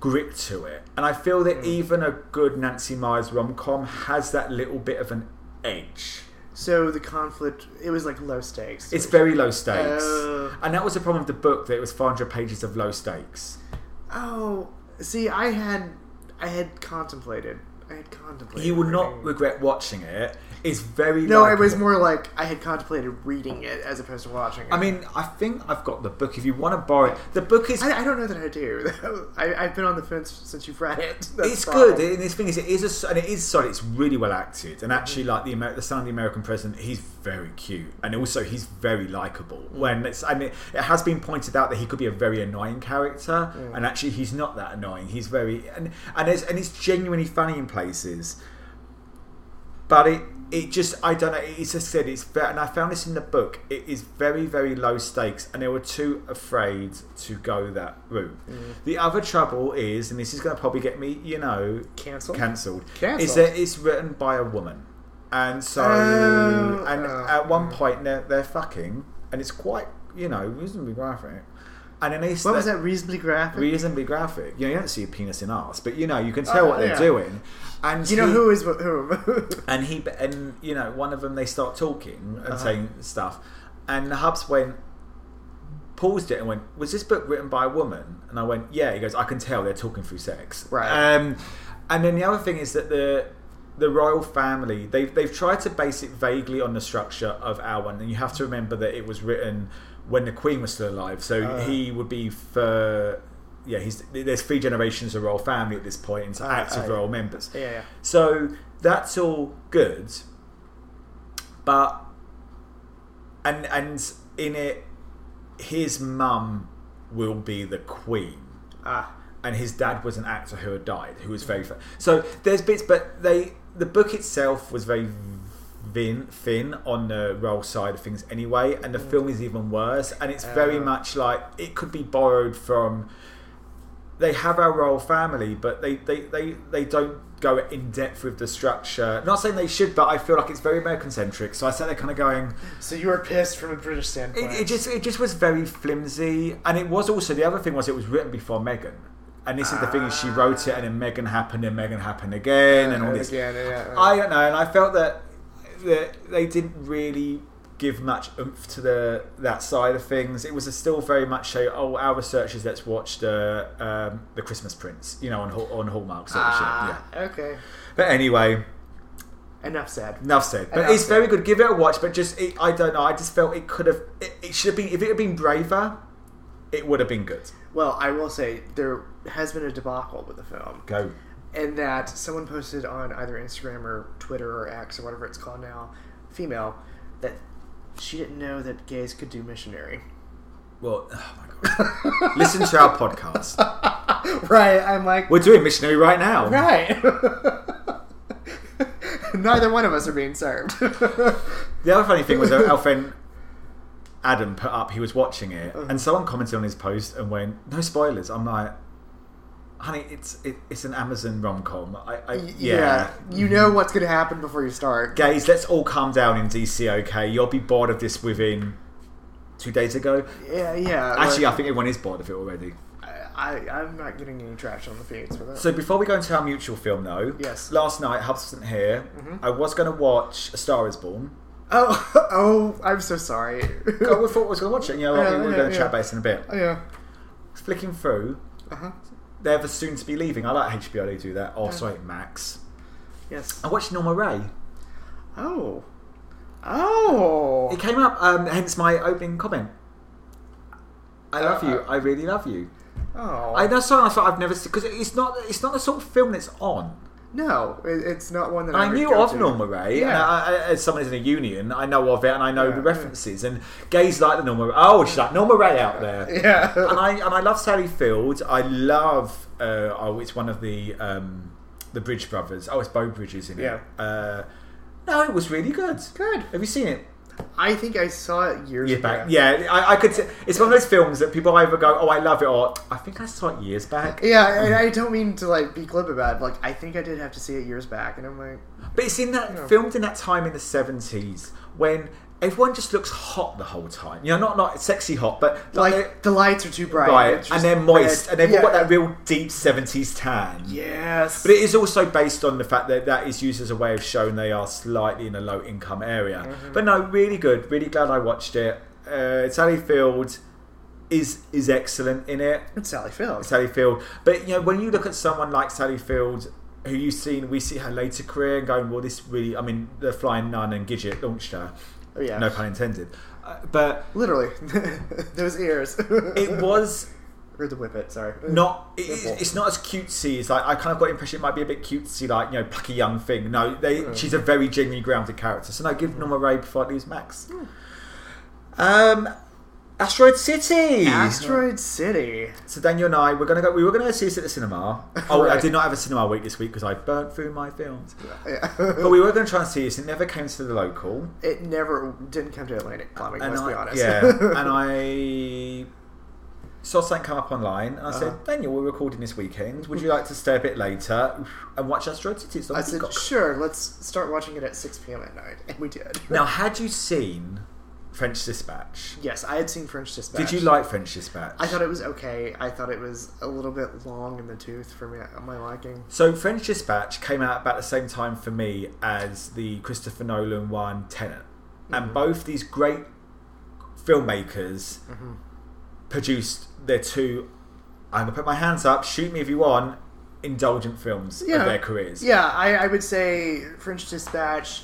Speaker 1: grit to it. And I feel that even a good Nancy Myers rom com has that little bit of an edge.
Speaker 2: So the conflict, it was like low stakes.
Speaker 1: It's very low stakes.
Speaker 2: Oh.
Speaker 1: And that was the problem with the book, that it was 500 pages of low stakes.
Speaker 2: Oh, see, I had I had contemplated I had contemplated.
Speaker 1: You will not
Speaker 2: reading-
Speaker 1: regret watching it. It's very
Speaker 2: No, it was
Speaker 1: likable.
Speaker 2: more like I had contemplated reading it as opposed to watching it.
Speaker 1: I mean, I think I've got the book. If you want to borrow it, the book is
Speaker 2: I, I don't know that I do. I, I've been on the fence since you've read it. That's
Speaker 1: it's
Speaker 2: fine.
Speaker 1: good. And this thing is, it is a s and it is solid. It's really well acted, and actually,
Speaker 2: Mm.
Speaker 1: like the Amer- the son of the American president, he's very cute, and also he's very likable.
Speaker 2: Mm.
Speaker 1: When it's, I mean, it has been pointed out that he could be a very annoying character,
Speaker 2: Mm.
Speaker 1: and actually, he's not that annoying. He's very and and it's, and it's genuinely funny in places, but it. It just, I don't know. It's just said it's very, and I found this in the book. It is very, very low stakes, and they were too afraid to go that route.
Speaker 2: Mm.
Speaker 1: The other trouble is, and this is going to probably get me, you know,
Speaker 2: Cancel?
Speaker 1: cancelled.
Speaker 2: Cancelled.
Speaker 1: Is that it's written by a woman, and so
Speaker 2: Oh,
Speaker 1: and
Speaker 2: oh.
Speaker 1: at one point they're they're fucking, and it's quite you know reasonably graphic. And then they
Speaker 2: What was that reasonably graphic?
Speaker 1: reasonably graphic. You know, you don't see a penis in arse, but you know you can tell
Speaker 2: Oh,
Speaker 1: what they're
Speaker 2: yeah.
Speaker 1: doing. And
Speaker 2: you know
Speaker 1: he-
Speaker 2: who is who? [laughs]
Speaker 1: and he and you know one of them they start talking
Speaker 2: Uh-huh.
Speaker 1: and saying stuff, and the hubs went paused it and went, "Was this book written by a woman?" And I went, "Yeah." He goes, "I can tell they're talking through sex."
Speaker 2: Right.
Speaker 1: Um, and then the other thing is that the the royal family they've they've tried to base it vaguely on the structure of our one, and you have to remember that it was written when the queen was still alive, so
Speaker 2: Uh.
Speaker 1: he would be for. Yeah, he's, there's three generations of royal family at this point, and so
Speaker 2: Ah,
Speaker 1: active
Speaker 2: ah,
Speaker 1: royal members.
Speaker 2: yeah, yeah.
Speaker 1: So that's all good, but and and in it, his mum will be the queen,
Speaker 2: Ah,
Speaker 1: and his dad was an actor who had died, who was very fa- so. There's bits, but they the book itself was very thin, thin on the role side of things anyway, and the film is even worse, and it's very
Speaker 2: Oh.
Speaker 1: much like it could be borrowed from they have our royal family, but they, they, they, they don't go in depth with the structure. Not saying they should, but I feel like it's very American centric. So I say they're kind of going.
Speaker 2: so you were pissed from a British
Speaker 1: It,
Speaker 2: standpoint.
Speaker 1: it just it just was very flimsy, and it was also the other thing was it was written before Meghan, and this is the thing is she wrote it, and then Meghan happened, and Meghan happened again, and all this.
Speaker 2: Uh, Again, yeah, yeah, yeah.
Speaker 1: I don't know, and I felt that that they didn't really give much oomph to the that side of things. It was a still very much show. Oh, our researchers, let's watch the um, the Christmas Prince, you know, on Hall- on Hallmark sort of
Speaker 2: ah,
Speaker 1: shit.
Speaker 2: okay.
Speaker 1: Yeah. But anyway,
Speaker 2: Enough said.
Speaker 1: enough said. But
Speaker 2: Enough
Speaker 1: it's very
Speaker 2: said.
Speaker 1: good. Give it a watch. But just it, I don't know. I just felt it could have. It, it should have been. If it had been braver, it would have been good.
Speaker 2: Well, I will say there has been a debacle with the film,
Speaker 1: Go.
Speaker 2: in that someone posted on either Instagram or Twitter or X or whatever it's called now, female, that she didn't know that gays could do missionary. [laughs]
Speaker 1: Well, [sighs] oh my god. [laughs] Listen to our podcast.
Speaker 2: Right, I'm like,
Speaker 1: We're doing missionary right now.
Speaker 2: right. [laughs] Neither one of us are being served. [laughs]
Speaker 1: The other funny thing was our our friend Adam put up, he was watching it, and someone commented on his post and went, "No spoilers." I'm like, "Honey, it's it, it's an Amazon rom com." I, I yeah.
Speaker 2: you know what's going to happen before you start.
Speaker 1: guys, let's all calm down in DC, okay? You'll be bored of this within two days ago.
Speaker 2: Yeah, yeah.
Speaker 1: Actually, I
Speaker 2: like,
Speaker 1: think everyone is bored of it already.
Speaker 2: I, I, I'm not getting any traction on the feeds with it.
Speaker 1: So before we go into our mutual film, though,
Speaker 2: Yes. Mm-hmm.
Speaker 1: last night Hubs wasn't here. I was going to watch A Star Is Born.
Speaker 2: oh, [laughs] oh, I'm so
Speaker 1: [laughs]
Speaker 2: sorry.
Speaker 1: I thought
Speaker 2: [laughs]
Speaker 1: I was going to watch it. You know,
Speaker 2: Yeah,
Speaker 1: we were
Speaker 2: yeah,
Speaker 1: going to
Speaker 2: yeah.
Speaker 1: chat about this in a bit.
Speaker 2: yeah.
Speaker 1: Flicking through,
Speaker 2: Uh-huh.
Speaker 1: they're the soon to be leaving. I like HBO. They do that.
Speaker 2: Mm.
Speaker 1: Oh, sorry, Max.
Speaker 2: Yes.
Speaker 1: I watched Norma Ray.
Speaker 2: Oh. Oh.
Speaker 1: It came up, um, hence my opening comment. I love
Speaker 2: Uh,
Speaker 1: you. I really love you.
Speaker 2: Oh.
Speaker 1: I that's something I thought I've never seen because it's not it's not the sort of film that's on.
Speaker 2: no, it, it's not one that
Speaker 1: I
Speaker 2: would
Speaker 1: knew
Speaker 2: go
Speaker 1: of
Speaker 2: to.
Speaker 1: Norma Ray, and
Speaker 2: Yeah.
Speaker 1: I, I, as someone who's in a union, I know of it, and I know
Speaker 2: Yeah,
Speaker 1: the
Speaker 2: yeah.
Speaker 1: references. And gays like the Norma. Oh, she's like Norma Ray out there.
Speaker 2: [laughs] Yeah.
Speaker 1: and I and I love Sally Field. I love uh, oh, it's one of the um, the Bridge Brothers. Oh, it's Bo Bridges in
Speaker 2: Yeah.
Speaker 1: it. Uh, no, it was really good.
Speaker 2: Good.
Speaker 1: Have you seen it?
Speaker 2: I think I saw it years
Speaker 1: Years
Speaker 2: ago.
Speaker 1: back. Yeah, I, I could. T- it's one of those films that people either go, "Oh, I love it," or "I think I saw it years back."
Speaker 2: Yeah, and I don't mean to like be glib about it. But, like, I think I did have to see it years back, and I'm like,
Speaker 1: But it's in that filmed in that time in the seventies when everyone just looks hot the whole time. You know, not not sexy hot, but like.
Speaker 2: like, the lights are too bright,
Speaker 1: Right,
Speaker 2: It's
Speaker 1: and
Speaker 2: just
Speaker 1: they're moist,
Speaker 2: red.
Speaker 1: and they've all
Speaker 2: yeah.
Speaker 1: got that real deep seventies tan.
Speaker 2: Yes,
Speaker 1: But it is also based on the fact that that is used as a way of showing they are slightly in a low income area.
Speaker 2: Mm-hmm.
Speaker 1: But no, really good. Really glad I watched it. Uh, Sally Field is is excellent in it.
Speaker 2: it's Sally Field.
Speaker 1: Sally Field. But you know, when you look at someone like Sally Field who you've seen, we see her later career and going, well, this really, I mean, the Flying Nun and Gidget launched her.
Speaker 2: Oh, yeah.
Speaker 1: No pun intended. Uh, but
Speaker 2: Literally. [laughs] Those ears.
Speaker 1: it was
Speaker 2: [laughs] Or the whippet, sorry.
Speaker 1: not, it,
Speaker 2: Simple.
Speaker 1: it's not as cutesy. It's like, I kind of got the impression it might be a bit cutesy, like, you know, plucky young thing. No,
Speaker 2: Hmm.
Speaker 1: they, she's a very genuinely grounded character. So, no, give Norma Ray before I lose Max.
Speaker 2: Hmm.
Speaker 1: Um, Asteroid City.
Speaker 2: Asteroid City.
Speaker 1: So Daniel and I, we're gonna go. We were gonna go see this at the
Speaker 2: [laughs]
Speaker 1: cinema. Oh, I
Speaker 2: Right.
Speaker 1: did not have a cinema week this week because I burnt through my films. But
Speaker 2: Yeah.
Speaker 1: we were gonna try and see this. It never came to the local.
Speaker 2: it never didn't come to Atlantic Comic,
Speaker 1: And
Speaker 2: let's
Speaker 1: I,
Speaker 2: be honest. [laughs]
Speaker 1: yeah, and I saw something come up online, and I
Speaker 2: Uh-huh.
Speaker 1: said, Daniel, we're recording this weekend. Would you like to stay a bit later and watch Asteroid City? It's on
Speaker 2: I said,
Speaker 1: Peacock."
Speaker 2: sure, let's start watching it at 6 p.m. at night. And we did.
Speaker 1: [laughs] Now, had you seen French Dispatch?
Speaker 2: [laughs] Yes, I had seen French Dispatch.
Speaker 1: Did you like French Dispatch?
Speaker 2: I thought it was okay. I thought it was a little bit long in the tooth for me, my liking.
Speaker 1: So French Dispatch came out about the same time for me as the Christopher Nolan one Tenet,
Speaker 2: Mm-hmm.
Speaker 1: and both these great filmmakers
Speaker 2: Mm-hmm.
Speaker 1: produced their two. I'm gonna put my hands up. Shoot me if you want. Indulgent films
Speaker 2: Yeah.
Speaker 1: of their careers.
Speaker 2: Yeah, I, I would say French Dispatch.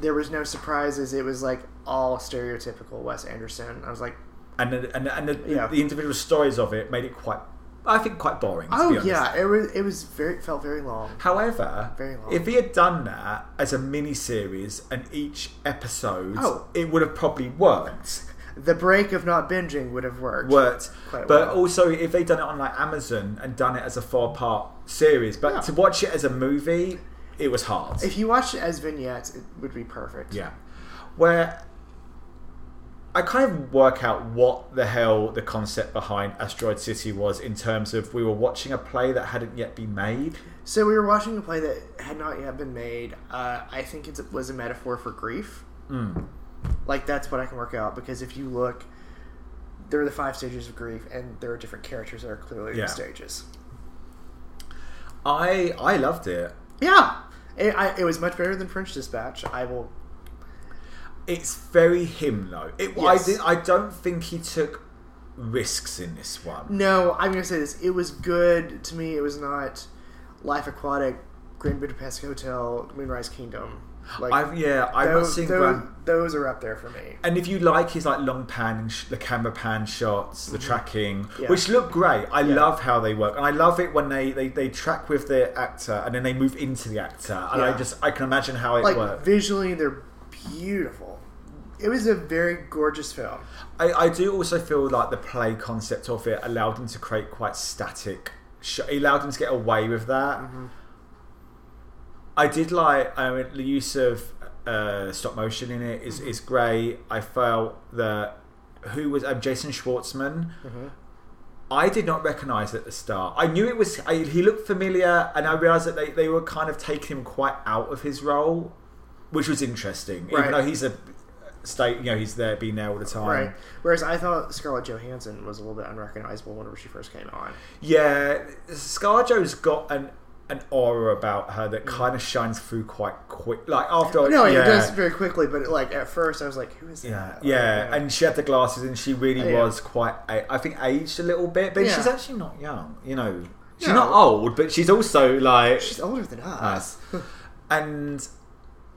Speaker 2: There was no surprises. It was like all stereotypical Wes Anderson. I was like,
Speaker 1: and the, and the, and the,
Speaker 2: Yeah.
Speaker 1: the individual stories of it made it quite, I think, quite boring. To be
Speaker 2: oh
Speaker 1: honest.
Speaker 2: yeah, it was it was very felt very long.
Speaker 1: However,
Speaker 2: Very long.
Speaker 1: if he had done that as a mini series and each episode,
Speaker 2: Oh.
Speaker 1: it would have probably worked.
Speaker 2: The break of not binging would have worked.
Speaker 1: worked.
Speaker 2: [laughs] Quite
Speaker 1: but
Speaker 2: well.
Speaker 1: also, if they'd done it on like Amazon and done it as a four part series, but
Speaker 2: Yeah.
Speaker 1: to watch it as a movie, it was hard.
Speaker 2: If you watched it as vignettes, it would be perfect.
Speaker 1: yeah. Where I kind of work out what the hell the concept behind Asteroid City was in terms of we were watching a play that hadn't yet been made.
Speaker 2: So we were watching a play that had not yet been made. Uh, I think it's- it was a metaphor for grief.
Speaker 1: Hmm.
Speaker 2: Like that's what I can work out because if you look, there are the five stages of grief, and there are different characters that are clearly
Speaker 1: Yeah.
Speaker 2: the stages.
Speaker 1: I I loved it.
Speaker 2: Yeah, it, I, it was much better than French Dispatch. I will.
Speaker 1: It's very him though. It
Speaker 2: Yes.
Speaker 1: I did, I don't think he took risks in this one.
Speaker 2: No, I'm gonna say this. It was good to me. It was not Life Aquatic, Grand Budapest Hotel, Moonrise Kingdom. Like
Speaker 1: Mm. I've yeah, I've not
Speaker 2: those,
Speaker 1: seen
Speaker 2: those,
Speaker 1: Grand
Speaker 2: those are up there for me.
Speaker 1: And if you like his like long pan, and sh- the camera pan shots, the tracking,
Speaker 2: Mm-hmm. Yeah.
Speaker 1: which look great. I love how they work, and I love it when they, they, they track with the actor and then they move into the actor, and I
Speaker 2: Yeah.
Speaker 1: just I can imagine how it
Speaker 2: Like
Speaker 1: works.
Speaker 2: visually, they're beautiful. It was a very gorgeous film.
Speaker 1: I, I do also feel like the play concept of it allowed him to create quite static. Sh- it allowed him to get away with that.
Speaker 2: Mm-hmm.
Speaker 1: I did like I mean, the use of uh, stop motion in it is,
Speaker 2: Mm-hmm.
Speaker 1: is great. I felt that who was um, Jason Schwartzman. I did not recognize at the start. I knew it was I, he looked familiar, and I realized that they, they were kind of taking him quite out of his role, which was interesting. Even
Speaker 2: Right.
Speaker 1: though he's a state, you know, he's there being there all the time.
Speaker 2: Right. Whereas I thought Scarlett Johansson was a little bit unrecognizable whenever she first came on.
Speaker 1: Yeah, ScarJo's got an an aura about her that kind of shines through quite quick. Like after
Speaker 2: Mm. No,
Speaker 1: yeah,
Speaker 2: it does very quickly, but like at first I was like, who is
Speaker 1: yeah,
Speaker 2: that?
Speaker 1: yeah, and she had the glasses, and she really
Speaker 2: Yeah.
Speaker 1: was quite. a- I think aged a little bit, but
Speaker 2: Yeah.
Speaker 1: she's actually not young. You know, she's
Speaker 2: No.
Speaker 1: not old, but she's also like
Speaker 2: she's older than us.
Speaker 1: us. and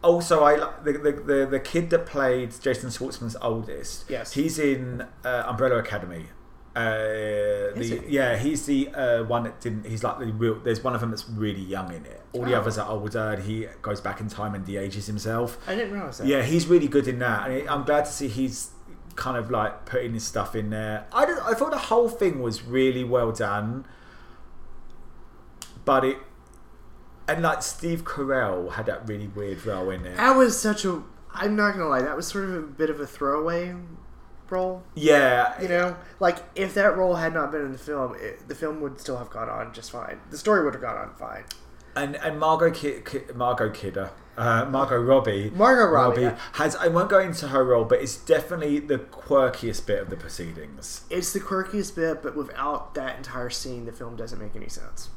Speaker 1: also, I li- the, the the the kid that played Jason Schwartzman's oldest.
Speaker 2: Yes.
Speaker 1: he's in uh, Umbrella Academy. Uh,
Speaker 2: Is
Speaker 1: the,
Speaker 2: he?
Speaker 1: yeah, he's the uh, one that didn't. He's like the real. There's one of them that's really young in it. All the
Speaker 2: Oh.
Speaker 1: others are older. And he goes back in time and de-ages himself.
Speaker 2: [laughs] I didn't realize that.
Speaker 1: Yeah, he's really good in that, and I'm glad to see he's kind of like putting his stuff in there. I don't, I thought the whole thing was really well done, but it and like Steve Carell had that really weird role in it.
Speaker 2: That was such a. I'm not gonna lie. That was sort of a bit of a throwaway role.
Speaker 1: Yeah,
Speaker 2: You know, like if that role had not been in the film, it, the film would still have gone on just fine. The story would have gone on fine.
Speaker 1: and and Margot Kid, Kid, Margot Kidder, uh, Margot Robbie,
Speaker 2: Margot Robbie, yeah.
Speaker 1: has. I won't go into her role, but it's definitely the quirkiest bit of the proceedings.
Speaker 2: It's the quirkiest bit, but without that entire scene, the film doesn't make any sense.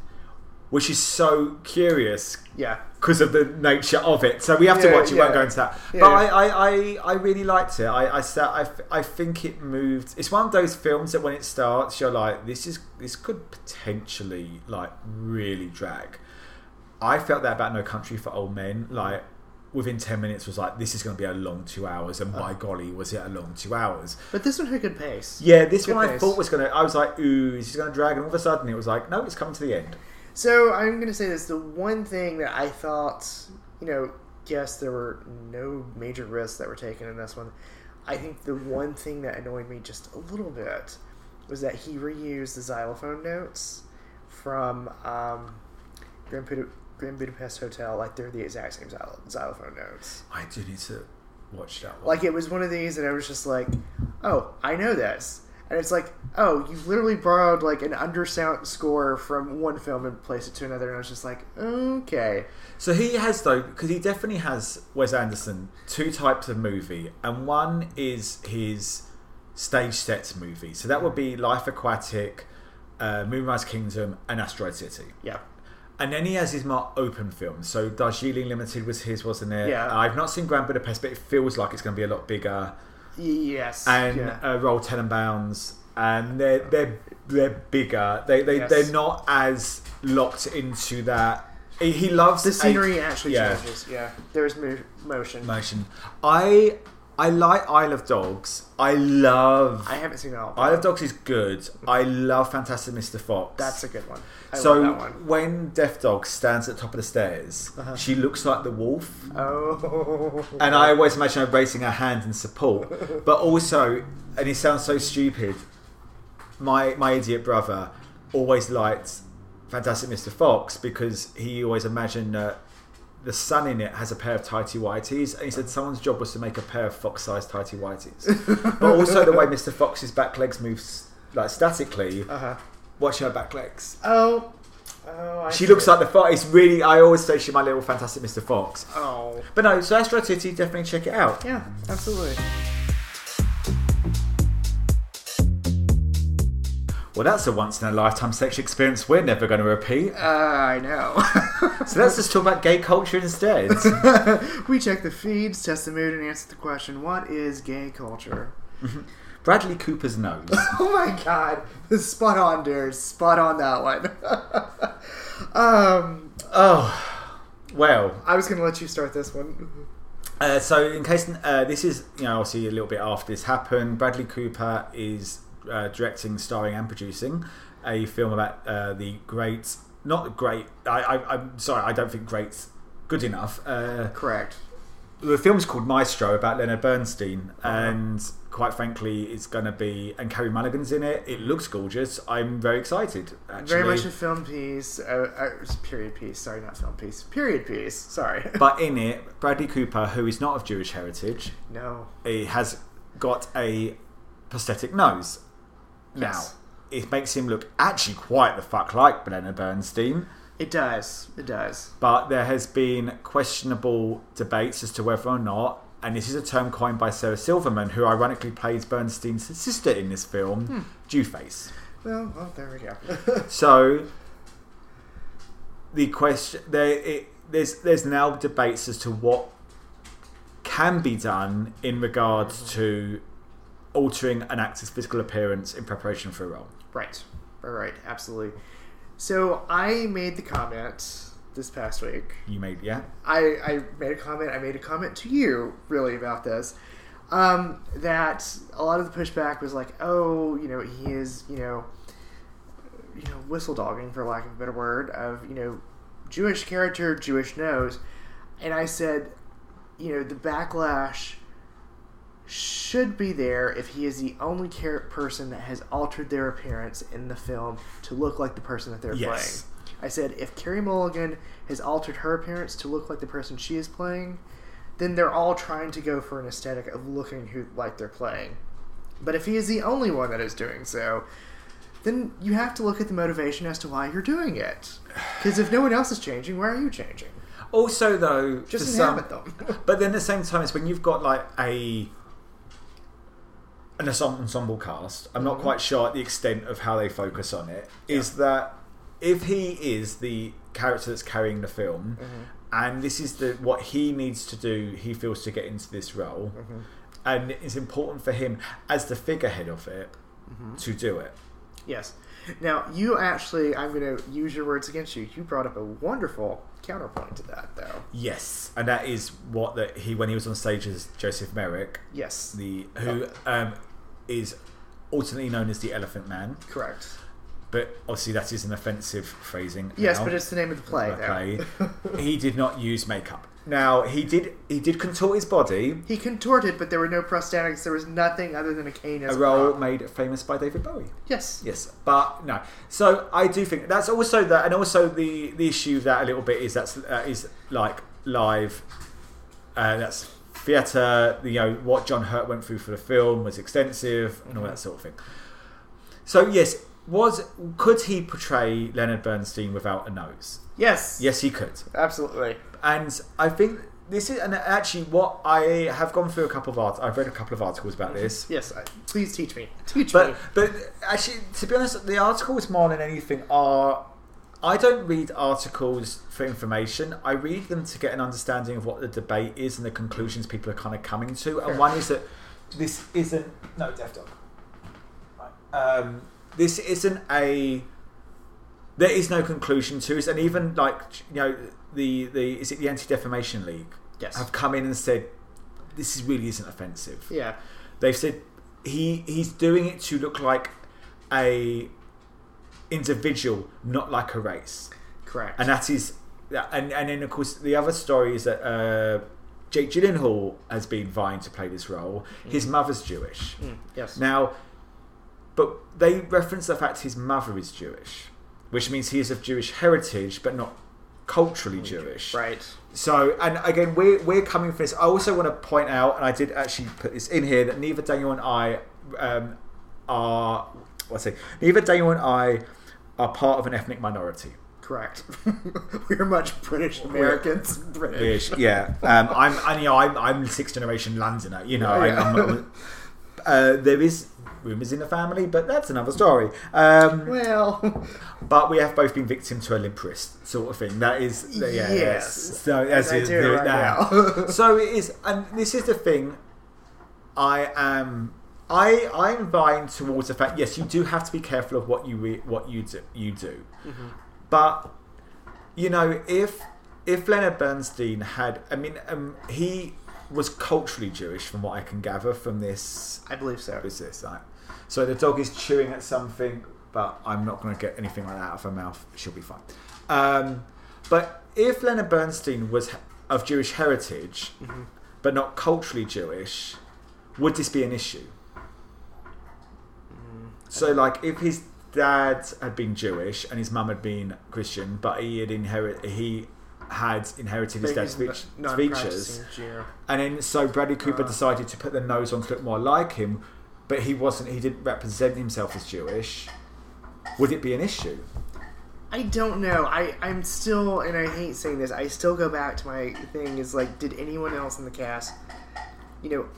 Speaker 1: Which is so curious
Speaker 2: Yeah,
Speaker 1: because of the nature of it. So we have to
Speaker 2: Yeah,
Speaker 1: watch it. Won't
Speaker 2: yeah.
Speaker 1: go into that.
Speaker 2: Yeah,
Speaker 1: but I,
Speaker 2: yeah.
Speaker 1: I, I, I really liked it. I, I, sat, I, f- I think it moved. It's one of those films that when it starts, you're like, this is this could potentially like really drag. I felt that about No Country for Old Men. Like within ten minutes, was like this is going to be a long two hours,
Speaker 2: Uh.
Speaker 1: and by golly, was it a long two hours?
Speaker 2: But this one had good pace.
Speaker 1: Yeah, this
Speaker 2: Good
Speaker 1: one I
Speaker 2: pace.
Speaker 1: thought was going to. I was like, ooh, this is going to drag, and all of a sudden it was like, no, it's coming to the end.
Speaker 2: So I'm going to say this: the one thing that I thought, you know, yes, there were no major risks that were taken in this one. I think the one thing that annoyed me just a little bit was that he reused the xylophone notes from um, Grand, Bud- Grand Budapest Hotel, like they're the exact same xylo- xylophone notes.
Speaker 1: I do need to watch that one.
Speaker 2: Like it was one of these, and I was just like, "Oh, I know this." And it's like, "Oh, you literally borrowed like an undersound score from one film and placed it to another." And I was just like, "Okay."
Speaker 1: So he has though, because he definitely has Wes Anderson two types of movie, and one is his stage sets movie. So that would be Life Aquatic, uh, Moonrise Kingdom, and Asteroid City.
Speaker 2: Yeah,
Speaker 1: And then he has his more open films. So Darjeeling Limited was his, wasn't it?
Speaker 2: Yeah.
Speaker 1: I've not seen Grand Budapest, but it feels like it's going to be a lot bigger.
Speaker 2: Y- yes,
Speaker 1: And
Speaker 2: yeah.
Speaker 1: uh, Roll Tenenbaums, and they're they're they're bigger. They they
Speaker 2: Yes.
Speaker 1: they're not as locked into that. He, he loves
Speaker 2: the
Speaker 1: a-
Speaker 2: scenery actually
Speaker 1: yeah.
Speaker 2: changes. Yeah, there's mo- motion.
Speaker 1: motion. I I like Isle of Dogs. I love
Speaker 2: I haven't seen it all. but
Speaker 1: Isle of Dogs is good. I love Fantastic Mr. Fox.
Speaker 2: That's a good one. I
Speaker 1: so
Speaker 2: love that one. Uh-huh.
Speaker 1: when Deaf Dog stands at the top of the stairs, she looks like the wolf,
Speaker 2: Oh,
Speaker 1: and I always imagine her raising her hand in support. But also, and it sounds so stupid, my my idiot brother always liked Fantastic Mr. Fox because he always imagined that the sun in it has a pair of tighty whities, and he said someone's job was to make a pair of fox-sized tighty whities. but also the way Mr. Fox's back legs moves like statically.
Speaker 2: [laughs] uh-huh.
Speaker 1: Watch her back legs.
Speaker 2: oh, oh. I
Speaker 1: She
Speaker 2: see
Speaker 1: looks
Speaker 2: it.
Speaker 1: like the fox. It's really. I always say she's my little Fantastic Mr. Fox.
Speaker 2: Oh,
Speaker 1: But no, so Astro City, definitely check it out.
Speaker 2: yeah, absolutely.
Speaker 1: Well, that's a once in a lifetime sexual experience we're never going to repeat.
Speaker 2: Uh, I know. [laughs]
Speaker 1: So let's just talk about gay culture instead. [laughs]
Speaker 2: [laughs] we check the feeds, test the mood, and answer the question: What is gay culture? [laughs]
Speaker 1: Bradley Cooper's nose.
Speaker 2: Oh my god, spot on, dude. Spot on that one. [laughs] um,
Speaker 1: Oh, well.
Speaker 2: I was gonna let you start this one.
Speaker 1: Uh, so in case uh, this is, you know, obviously a little bit after this happened, Bradley Cooper is uh, directing, starring, and producing a film about uh, the great, not great. I, I, I'm sorry, I don't think great's good enough. Uh,
Speaker 2: Correct.
Speaker 1: the film's called Maestro about Leonard
Speaker 2: Oh,
Speaker 1: Bernstein, and quite frankly, it's going to be and Carrie Mulligan's in it. It looks gorgeous. I'm very excited. Actually.
Speaker 2: Very much a film piece. Uh, uh, period piece. Sorry, not film piece. Period piece. Sorry.
Speaker 1: [laughs] But in it, Bradley Cooper, who is not of Jewish heritage,
Speaker 2: [laughs] no.
Speaker 1: he has got a prosthetic nose.
Speaker 2: Yes.
Speaker 1: Now, it makes him look actually quite the fuck like Leonard Bernstein.
Speaker 2: It does. It does.
Speaker 1: but there has been questionable debates as to whether or not, and this is a term coined by Sarah Silverman, who ironically plays Bernstein's sister in this film,
Speaker 2: Hmm.
Speaker 1: Dewface.
Speaker 2: Well, well, there we
Speaker 1: [laughs]
Speaker 2: go.
Speaker 1: So the question there, it, there's there's now debates as to what can be done in regards to altering an actor's physical appearance in preparation for a role.
Speaker 2: Right. All right. Absolutely. So I made the comment this past week.
Speaker 1: You made yeah.
Speaker 2: I, I made a comment. I made a comment to you really about this. Um, that a lot of the pushback was like, oh, you know, he is, you know, you know, whistle dogging for lack of a better word of you know, Jewish character, Jewish nose, and I said, you know, the backlash should be there if he is the only char- person that has altered their appearance in the film to look like the person that they're
Speaker 1: Yes.
Speaker 2: playing. I said if Carrie Mulligan has altered her appearance to look like the person she is playing, then they're all trying to go for an aesthetic of looking who like they're playing. But if he is the only one that is doing so, then you have to look at the motivation as to why you're doing it. Because if no one else is changing, why are you changing?
Speaker 1: Also, though,
Speaker 2: Just
Speaker 1: for some-
Speaker 2: inhabit
Speaker 1: [laughs]
Speaker 2: them. [laughs]
Speaker 1: But then at the same time, it's when you've got like a an ensemble ensemble cast. I'm not quite sure at the extent of how they focus on it. Is that if he is the character that's carrying the film, and this is the what he needs to do, he feels to get into this role,
Speaker 2: Mm-hmm.
Speaker 1: and it's important for him as the figurehead of it to do it.
Speaker 2: yes. Now, you actually, I'm going to use your words against you. You brought up a wonderful counterpoint to that, though.
Speaker 1: Yes, and that is what that he when he was on stage as Joseph Merrick,
Speaker 2: Yes.
Speaker 1: the who um, is ultimately known as the Elephant Man,
Speaker 2: correct.
Speaker 1: but obviously that is an offensive phrasing.
Speaker 2: Yes,
Speaker 1: now.
Speaker 2: but it's the name of the play,
Speaker 1: Okay.
Speaker 2: though. [laughs]
Speaker 1: he did not use makeup. Now he did he did contort his body,
Speaker 2: he contorted, but there were no prosthetics. There was nothing other than a cane as
Speaker 1: a role
Speaker 2: prop.
Speaker 1: made famous by David Bowie.
Speaker 2: Yes.
Speaker 1: Yes, but no. So I do think that's also that, and also the the issue of that a little bit is that's that is like live, uh, that's theatre. You know what John Hurt went through for the film was extensive and all
Speaker 2: Mm-hmm.
Speaker 1: that sort of thing. So yes, was could he portray Leonard Bernstein without a nose?
Speaker 2: Yes.
Speaker 1: Yes, he could,
Speaker 2: Absolutely.
Speaker 1: and I think. This is and actually what I have gone through a couple of art. I've read a couple of articles about
Speaker 2: Mm-hmm.
Speaker 1: this.
Speaker 2: Yes. I, please teach me. Teach me.
Speaker 1: But but actually, to be honest, the articles more than anything are. I don't read articles for information. I read them to get an understanding of what the debate is and the conclusions people are kind of coming to. And
Speaker 2: Fair.
Speaker 1: one is that this isn't no deaf dog. Right. Um, this isn't a. There is no conclusion to it, and even like you know the the is it the Anti Defamation League
Speaker 2: Yes.
Speaker 1: have come in and said this is really isn't offensive
Speaker 2: Yeah.
Speaker 1: they've said he he's doing it to look like a individual not like a race
Speaker 2: Correct.
Speaker 1: and that is that- and and then of course the other story is that uh Jake Gyllenhaal has been vying to play this role. His mother's Jewish.
Speaker 2: Mm, yes.
Speaker 1: Now, but they reference the fact his mother is Jewish, which means he is of Jewish heritage but not culturally Jewish.
Speaker 2: right.
Speaker 1: So, and again, we're, we're coming for this. I also want to point out, and I did actually put this in here, that neither Daniel and I um, are, what's it, neither Daniel and I are part of an ethnic minority.
Speaker 2: Correct. [laughs] We're much British Americans. British.
Speaker 1: Yeah. Um, I'm, I, you know, I'm, I'm sixth generation Londoner, you know. I,
Speaker 2: Yeah.
Speaker 1: I'm, I'm- uh, there is rumours in the family, but that's another story. Um,
Speaker 2: Well,
Speaker 1: But we have both been victim to a limp wrist sort of thing. That is, yeah, yes.
Speaker 2: Yes.
Speaker 1: So [laughs] as
Speaker 2: I
Speaker 1: is
Speaker 2: do right
Speaker 1: now.
Speaker 2: now. [laughs]
Speaker 1: so it is, and this is the thing. I am, I, I'm vying towards the fact. Yes, you do have to be careful of what you re, what you do, you do. But you know, if if Leonard Bernstein had, I mean, um, he was culturally Jewish, from what I can gather from this
Speaker 2: I believe so.
Speaker 1: is this like? So the dog is chewing at something, but I'm not going to get anything like that out of her mouth. She'll be fine. Um, but if Leonard Bernstein was he- of Jewish heritage, but not culturally Jewish, would this be an issue? So, like, if his dad had been Jewish and his mum had been Christian, but he had inherit he had inherited his
Speaker 2: Being
Speaker 1: dad's
Speaker 2: he's
Speaker 1: feat-
Speaker 2: non-
Speaker 1: features,
Speaker 2: non-practicing Jew.
Speaker 1: and then so Bradley Cooper
Speaker 2: Uh.
Speaker 1: decided to put the nose on to look more like him, but he wasn't. He didn't represent himself as Jewish. Would it be an issue?
Speaker 2: I don't know. I, I'm still, and I hate saying this, I still go back to my thing is like, did anyone else in the cast, you know,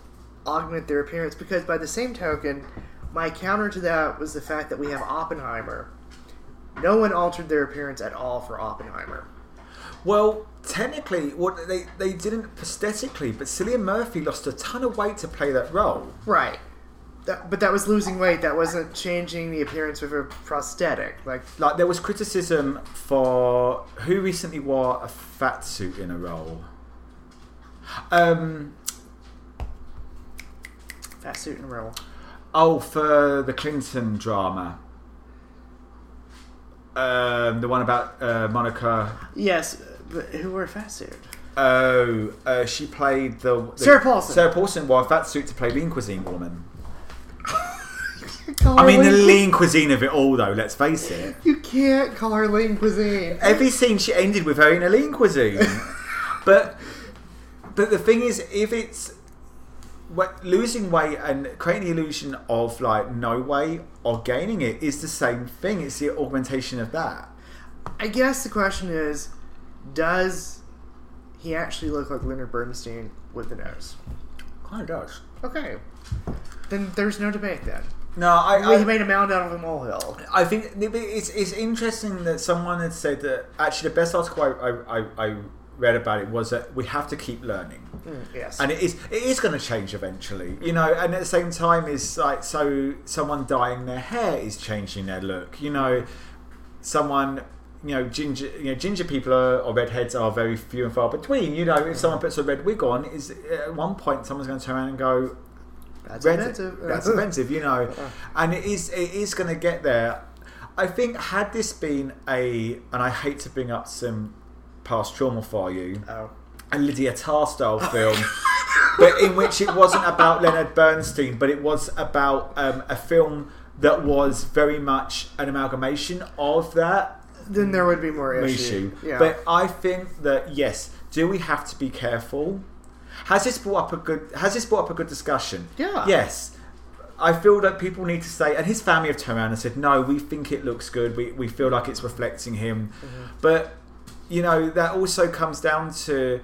Speaker 2: augment their appearance? Because by the same token, my counter to that was the fact that we have Oppenheimer. No one altered their appearance at all for Oppenheimer.
Speaker 1: Well, technically, what they they didn't prosthetically, but Cillian Murphy lost a ton of weight to play that role.
Speaker 2: Right. That, but that was losing weight. That wasn't changing the appearance of a prosthetic. Like,
Speaker 1: Like there was criticism for who recently wore a fat suit in a role. Um.
Speaker 2: that suit and roll.
Speaker 1: Oh, for the Clinton drama. Um, the one about uh, Monica
Speaker 2: Yes, but who wore a fat suit?
Speaker 1: Oh, uh, she played the, the-
Speaker 2: Sarah Paulson.
Speaker 1: Sarah Paulson wore a fat suit to play Lean Cuisine woman.
Speaker 2: Call
Speaker 1: I
Speaker 2: her
Speaker 1: mean, the
Speaker 2: lean-
Speaker 1: lean cuisine of it all, though. Let's face it.
Speaker 2: You can't call her lean cuisine.
Speaker 1: Every scene she ended with her in a lean cuisine. but, but the thing is, if it's what, losing weight and creating the illusion of like no weight or gaining it is the same thing. It's the augmentation of that.
Speaker 2: I guess the question is, does he actually look like Leonard Bernstein with the nose?
Speaker 1: Kind of does.
Speaker 2: Okay, then there's no debate then.
Speaker 1: No, I,
Speaker 2: We
Speaker 1: I
Speaker 2: made a mound out of a molehill.
Speaker 1: I think it's it's interesting that someone had said that actually the best article I I, I, I read about it was that we have to keep learning.
Speaker 2: Mm, yes.
Speaker 1: And it is it is going to change eventually, you know. And at the same time, is like so someone dyeing their hair is changing their look, you know. Someone, you know, ginger, you know, ginger people are, or redheads are very few and far between. You know, if someone puts a red wig on, is at one point someone's going to turn around and go,
Speaker 2: That's
Speaker 1: red-
Speaker 2: offensive.
Speaker 1: [laughs] That's offensive, you
Speaker 2: [laughs]
Speaker 1: know. And it is it is going to get there. I think had this been a, and I hate to bring up some past trauma for you,
Speaker 2: Oh.
Speaker 1: a Lydia Tarr
Speaker 2: [laughs]
Speaker 1: style film, but in which it wasn't about Leonard Bernstein, but it was about um, a film that was very much an amalgamation of that
Speaker 2: Then there would be more issue.
Speaker 1: issue.
Speaker 2: Yeah.
Speaker 1: But I think that yes, do we have to be careful? Has this brought up a good? Has this brought up a good discussion?
Speaker 2: Yeah.
Speaker 1: Yes. I feel that people need to say, and his family have turned around and said, "No, we think it looks good. We we feel like it's reflecting him,"
Speaker 2: Mm-hmm.
Speaker 1: but you know that also comes down to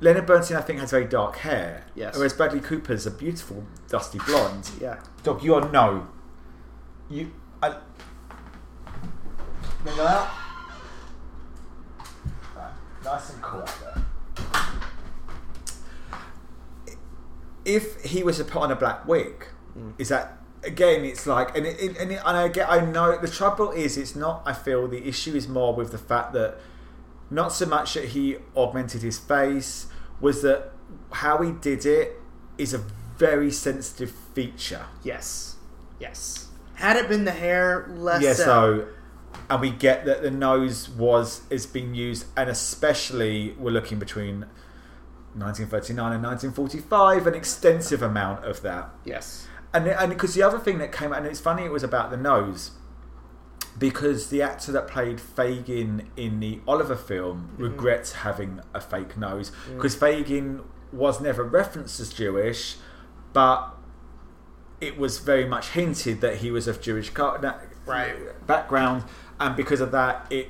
Speaker 1: Leonard Bernstein. I think has very dark hair.
Speaker 2: Yes.
Speaker 1: Whereas Bradley Cooper's a beautiful dusty blonde.
Speaker 2: yeah.
Speaker 1: Dog, you are no. You. I, remember that? Right, Nice and cool out there. If he was to put on a black wig, is that again? It's like, and it, it- and, it, and I get, I know the trouble is, it's not. I feel the issue is more with the fact that not so much that he augmented his face was that how he did it is a very sensitive feature.
Speaker 2: Yes. Yes. Had it been the hair, less uh,
Speaker 1: yeah,
Speaker 2: so.
Speaker 1: so and we get that the nose was is being used, and especially we're looking between 1939 and 1945, an extensive amount of that.
Speaker 2: Yes.
Speaker 1: And and because the other thing that came out, and it's funny, it was about the nose. Because the actor that played Fagin in the Oliver film
Speaker 2: Mm-hmm.
Speaker 1: regrets having a fake nose,
Speaker 2: Mm.
Speaker 1: because Fagin was never referenced as Jewish, but it was very much hinted that he was of Jewish car- na-
Speaker 2: Right.
Speaker 1: background, and because of that, it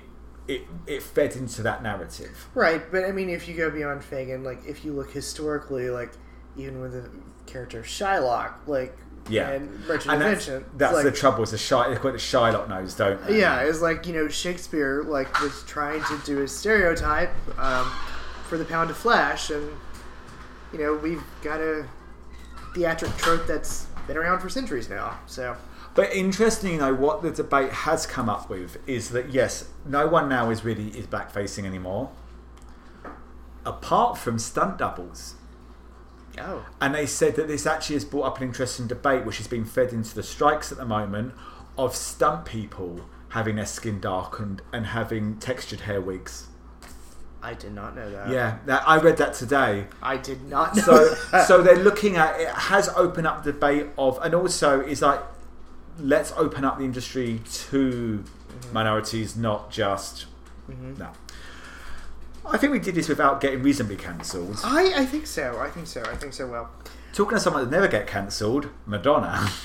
Speaker 1: it it fed into that narrative.
Speaker 2: Right, but I mean, if you go beyond Fagin, like if you look historically, like even with the character Shylock, like
Speaker 1: Yeah,
Speaker 2: and Merchant
Speaker 1: And
Speaker 2: of
Speaker 1: that's,
Speaker 2: Vengeance,
Speaker 1: that's
Speaker 2: like,
Speaker 1: the trouble. Is the Shy, they call it the Shylock nose, don't they?
Speaker 2: yeah, it's like you know Shakespeare like was trying to do his stereotype um, for the pound of flesh, and you know we've got a theatric trope that's been around for centuries now. So
Speaker 1: But interestingly, though, what the debate has come up with is that yes, no one now is really is black facing anymore, apart from stunt doubles.
Speaker 2: oh,
Speaker 1: And they said that this actually has brought up an interesting debate, which has been fed into the strikes at the moment, of stunt people having their skin darkened and having textured hair wigs.
Speaker 2: I did not know that.
Speaker 1: Yeah, that, I read that today.
Speaker 2: I did not know.
Speaker 1: so [laughs]
Speaker 2: that.
Speaker 1: so they're looking at it has opened up debate of and also is like let's open up the industry to minorities not just
Speaker 2: Mm-hmm.
Speaker 1: no I think we did this without getting reasonably cancelled.
Speaker 2: I I think so. I think so. I think so. Well.
Speaker 1: Talking to someone that never get cancelled, Madonna. [laughs]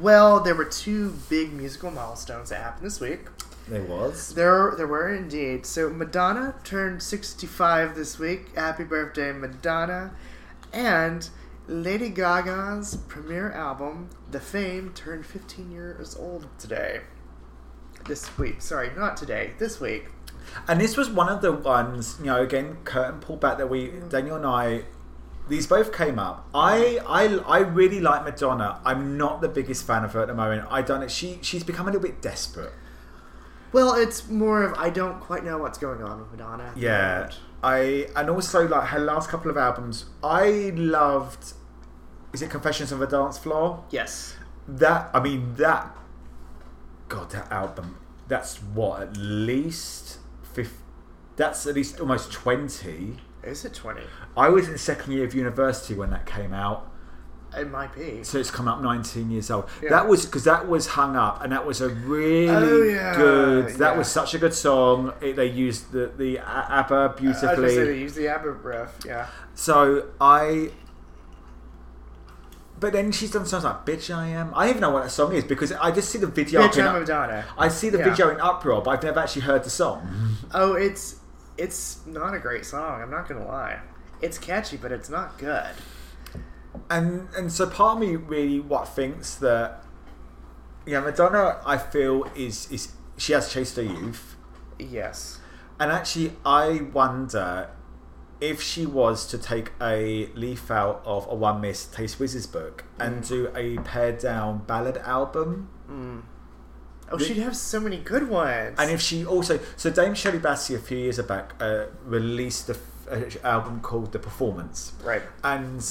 Speaker 2: Well, there were two big musical milestones that happened this week.
Speaker 1: there was.
Speaker 2: There, there were indeed. So Madonna turned 65 this week. Happy birthday, Madonna! And Lady Gaga's premiere album, The Fame, turned 15 years old today. This week, sorry, not today. This week.
Speaker 1: And this was one of the ones, you know, again, curtain pullback that we, Daniel and I, these both came up. I, I, I really like Madonna. I'm not the biggest fan of her at the moment. I don't know. She, she's become a little bit desperate.
Speaker 2: Well, it's more of I don't quite know what's going on with Madonna. at the
Speaker 1: Yeah.
Speaker 2: moment.
Speaker 1: I and also like her last couple of albums, I loved Is it Confessions of a Dance Floor?
Speaker 2: Yes.
Speaker 1: That I mean that God, that album that's what, at least fif that's at least almost twenty.
Speaker 2: Is it 20?
Speaker 1: I was in second year of university when that came out.
Speaker 2: It might be.
Speaker 1: So it's come up 19 years old.
Speaker 2: Yeah.
Speaker 1: That was because that was hung up, and that was a really
Speaker 2: Oh, yeah,
Speaker 1: good. That
Speaker 2: yeah.
Speaker 1: was such a good song. It, they used the the A- ABBA
Speaker 2: I was gonna
Speaker 1: beautifully.
Speaker 2: say they use the ABBA riff. Yeah.
Speaker 1: So I. But then she's done songs like "Bitch I Am." I even know what that song is because I just see the video.
Speaker 2: Bitch,
Speaker 1: in
Speaker 2: I'm
Speaker 1: Up-
Speaker 2: uh, Madonna.
Speaker 1: I see the
Speaker 2: Yeah.
Speaker 1: video in uproar, but I've never actually heard the song.
Speaker 2: Oh, it's it's not a great song. I'm not gonna lie. It's catchy, but it's not good.
Speaker 1: And and so part of me really what thinks that, yeah, Madonna I feel is is she has chased her youth,
Speaker 2: Yes.
Speaker 1: And actually, I wonder if she was to take a leaf out of a One Miss Taste Wiz's book
Speaker 2: Mm.
Speaker 1: and do a pared down ballad album.
Speaker 2: Hmm. Oh, she'd have so many good ones.
Speaker 1: And if she also, so Dame Shirley Bassey a few years back uh, released a f- a album called The Performance.
Speaker 2: right.
Speaker 1: And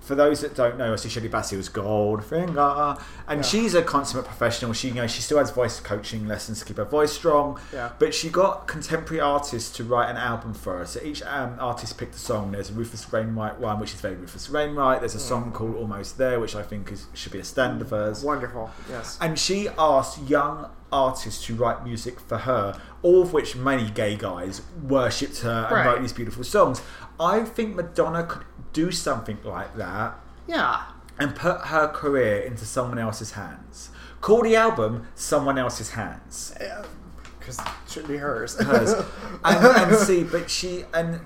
Speaker 1: for those that don't know, obviously Shirley Bassey was Goldfinger, and
Speaker 2: Yeah.
Speaker 1: she's a consummate professional. She, you know, she still has voice coaching lessons to keep her voice strong.
Speaker 2: Yeah.
Speaker 1: But she got contemporary artists to write an album for her. So each um, artist picked a song. There's a Rufus Wainwright one, which is very Rufus Wainwright. There's a
Speaker 2: Mm.
Speaker 1: song called Almost There, which I think is, should be a standard of hers.
Speaker 2: Wonderful. Yes.
Speaker 1: And she asked young artists to write music for her, all of which many gay guys worshipped her and
Speaker 2: Right.
Speaker 1: wrote these beautiful songs. I think Madonna could do something like that
Speaker 2: yeah.
Speaker 1: and put her career into someone else's hands. Call the album Someone Else's Hands. [laughs]
Speaker 2: Because Uh, it should be hers.
Speaker 1: Hers.
Speaker 2: [laughs]
Speaker 1: and, and see, but she, and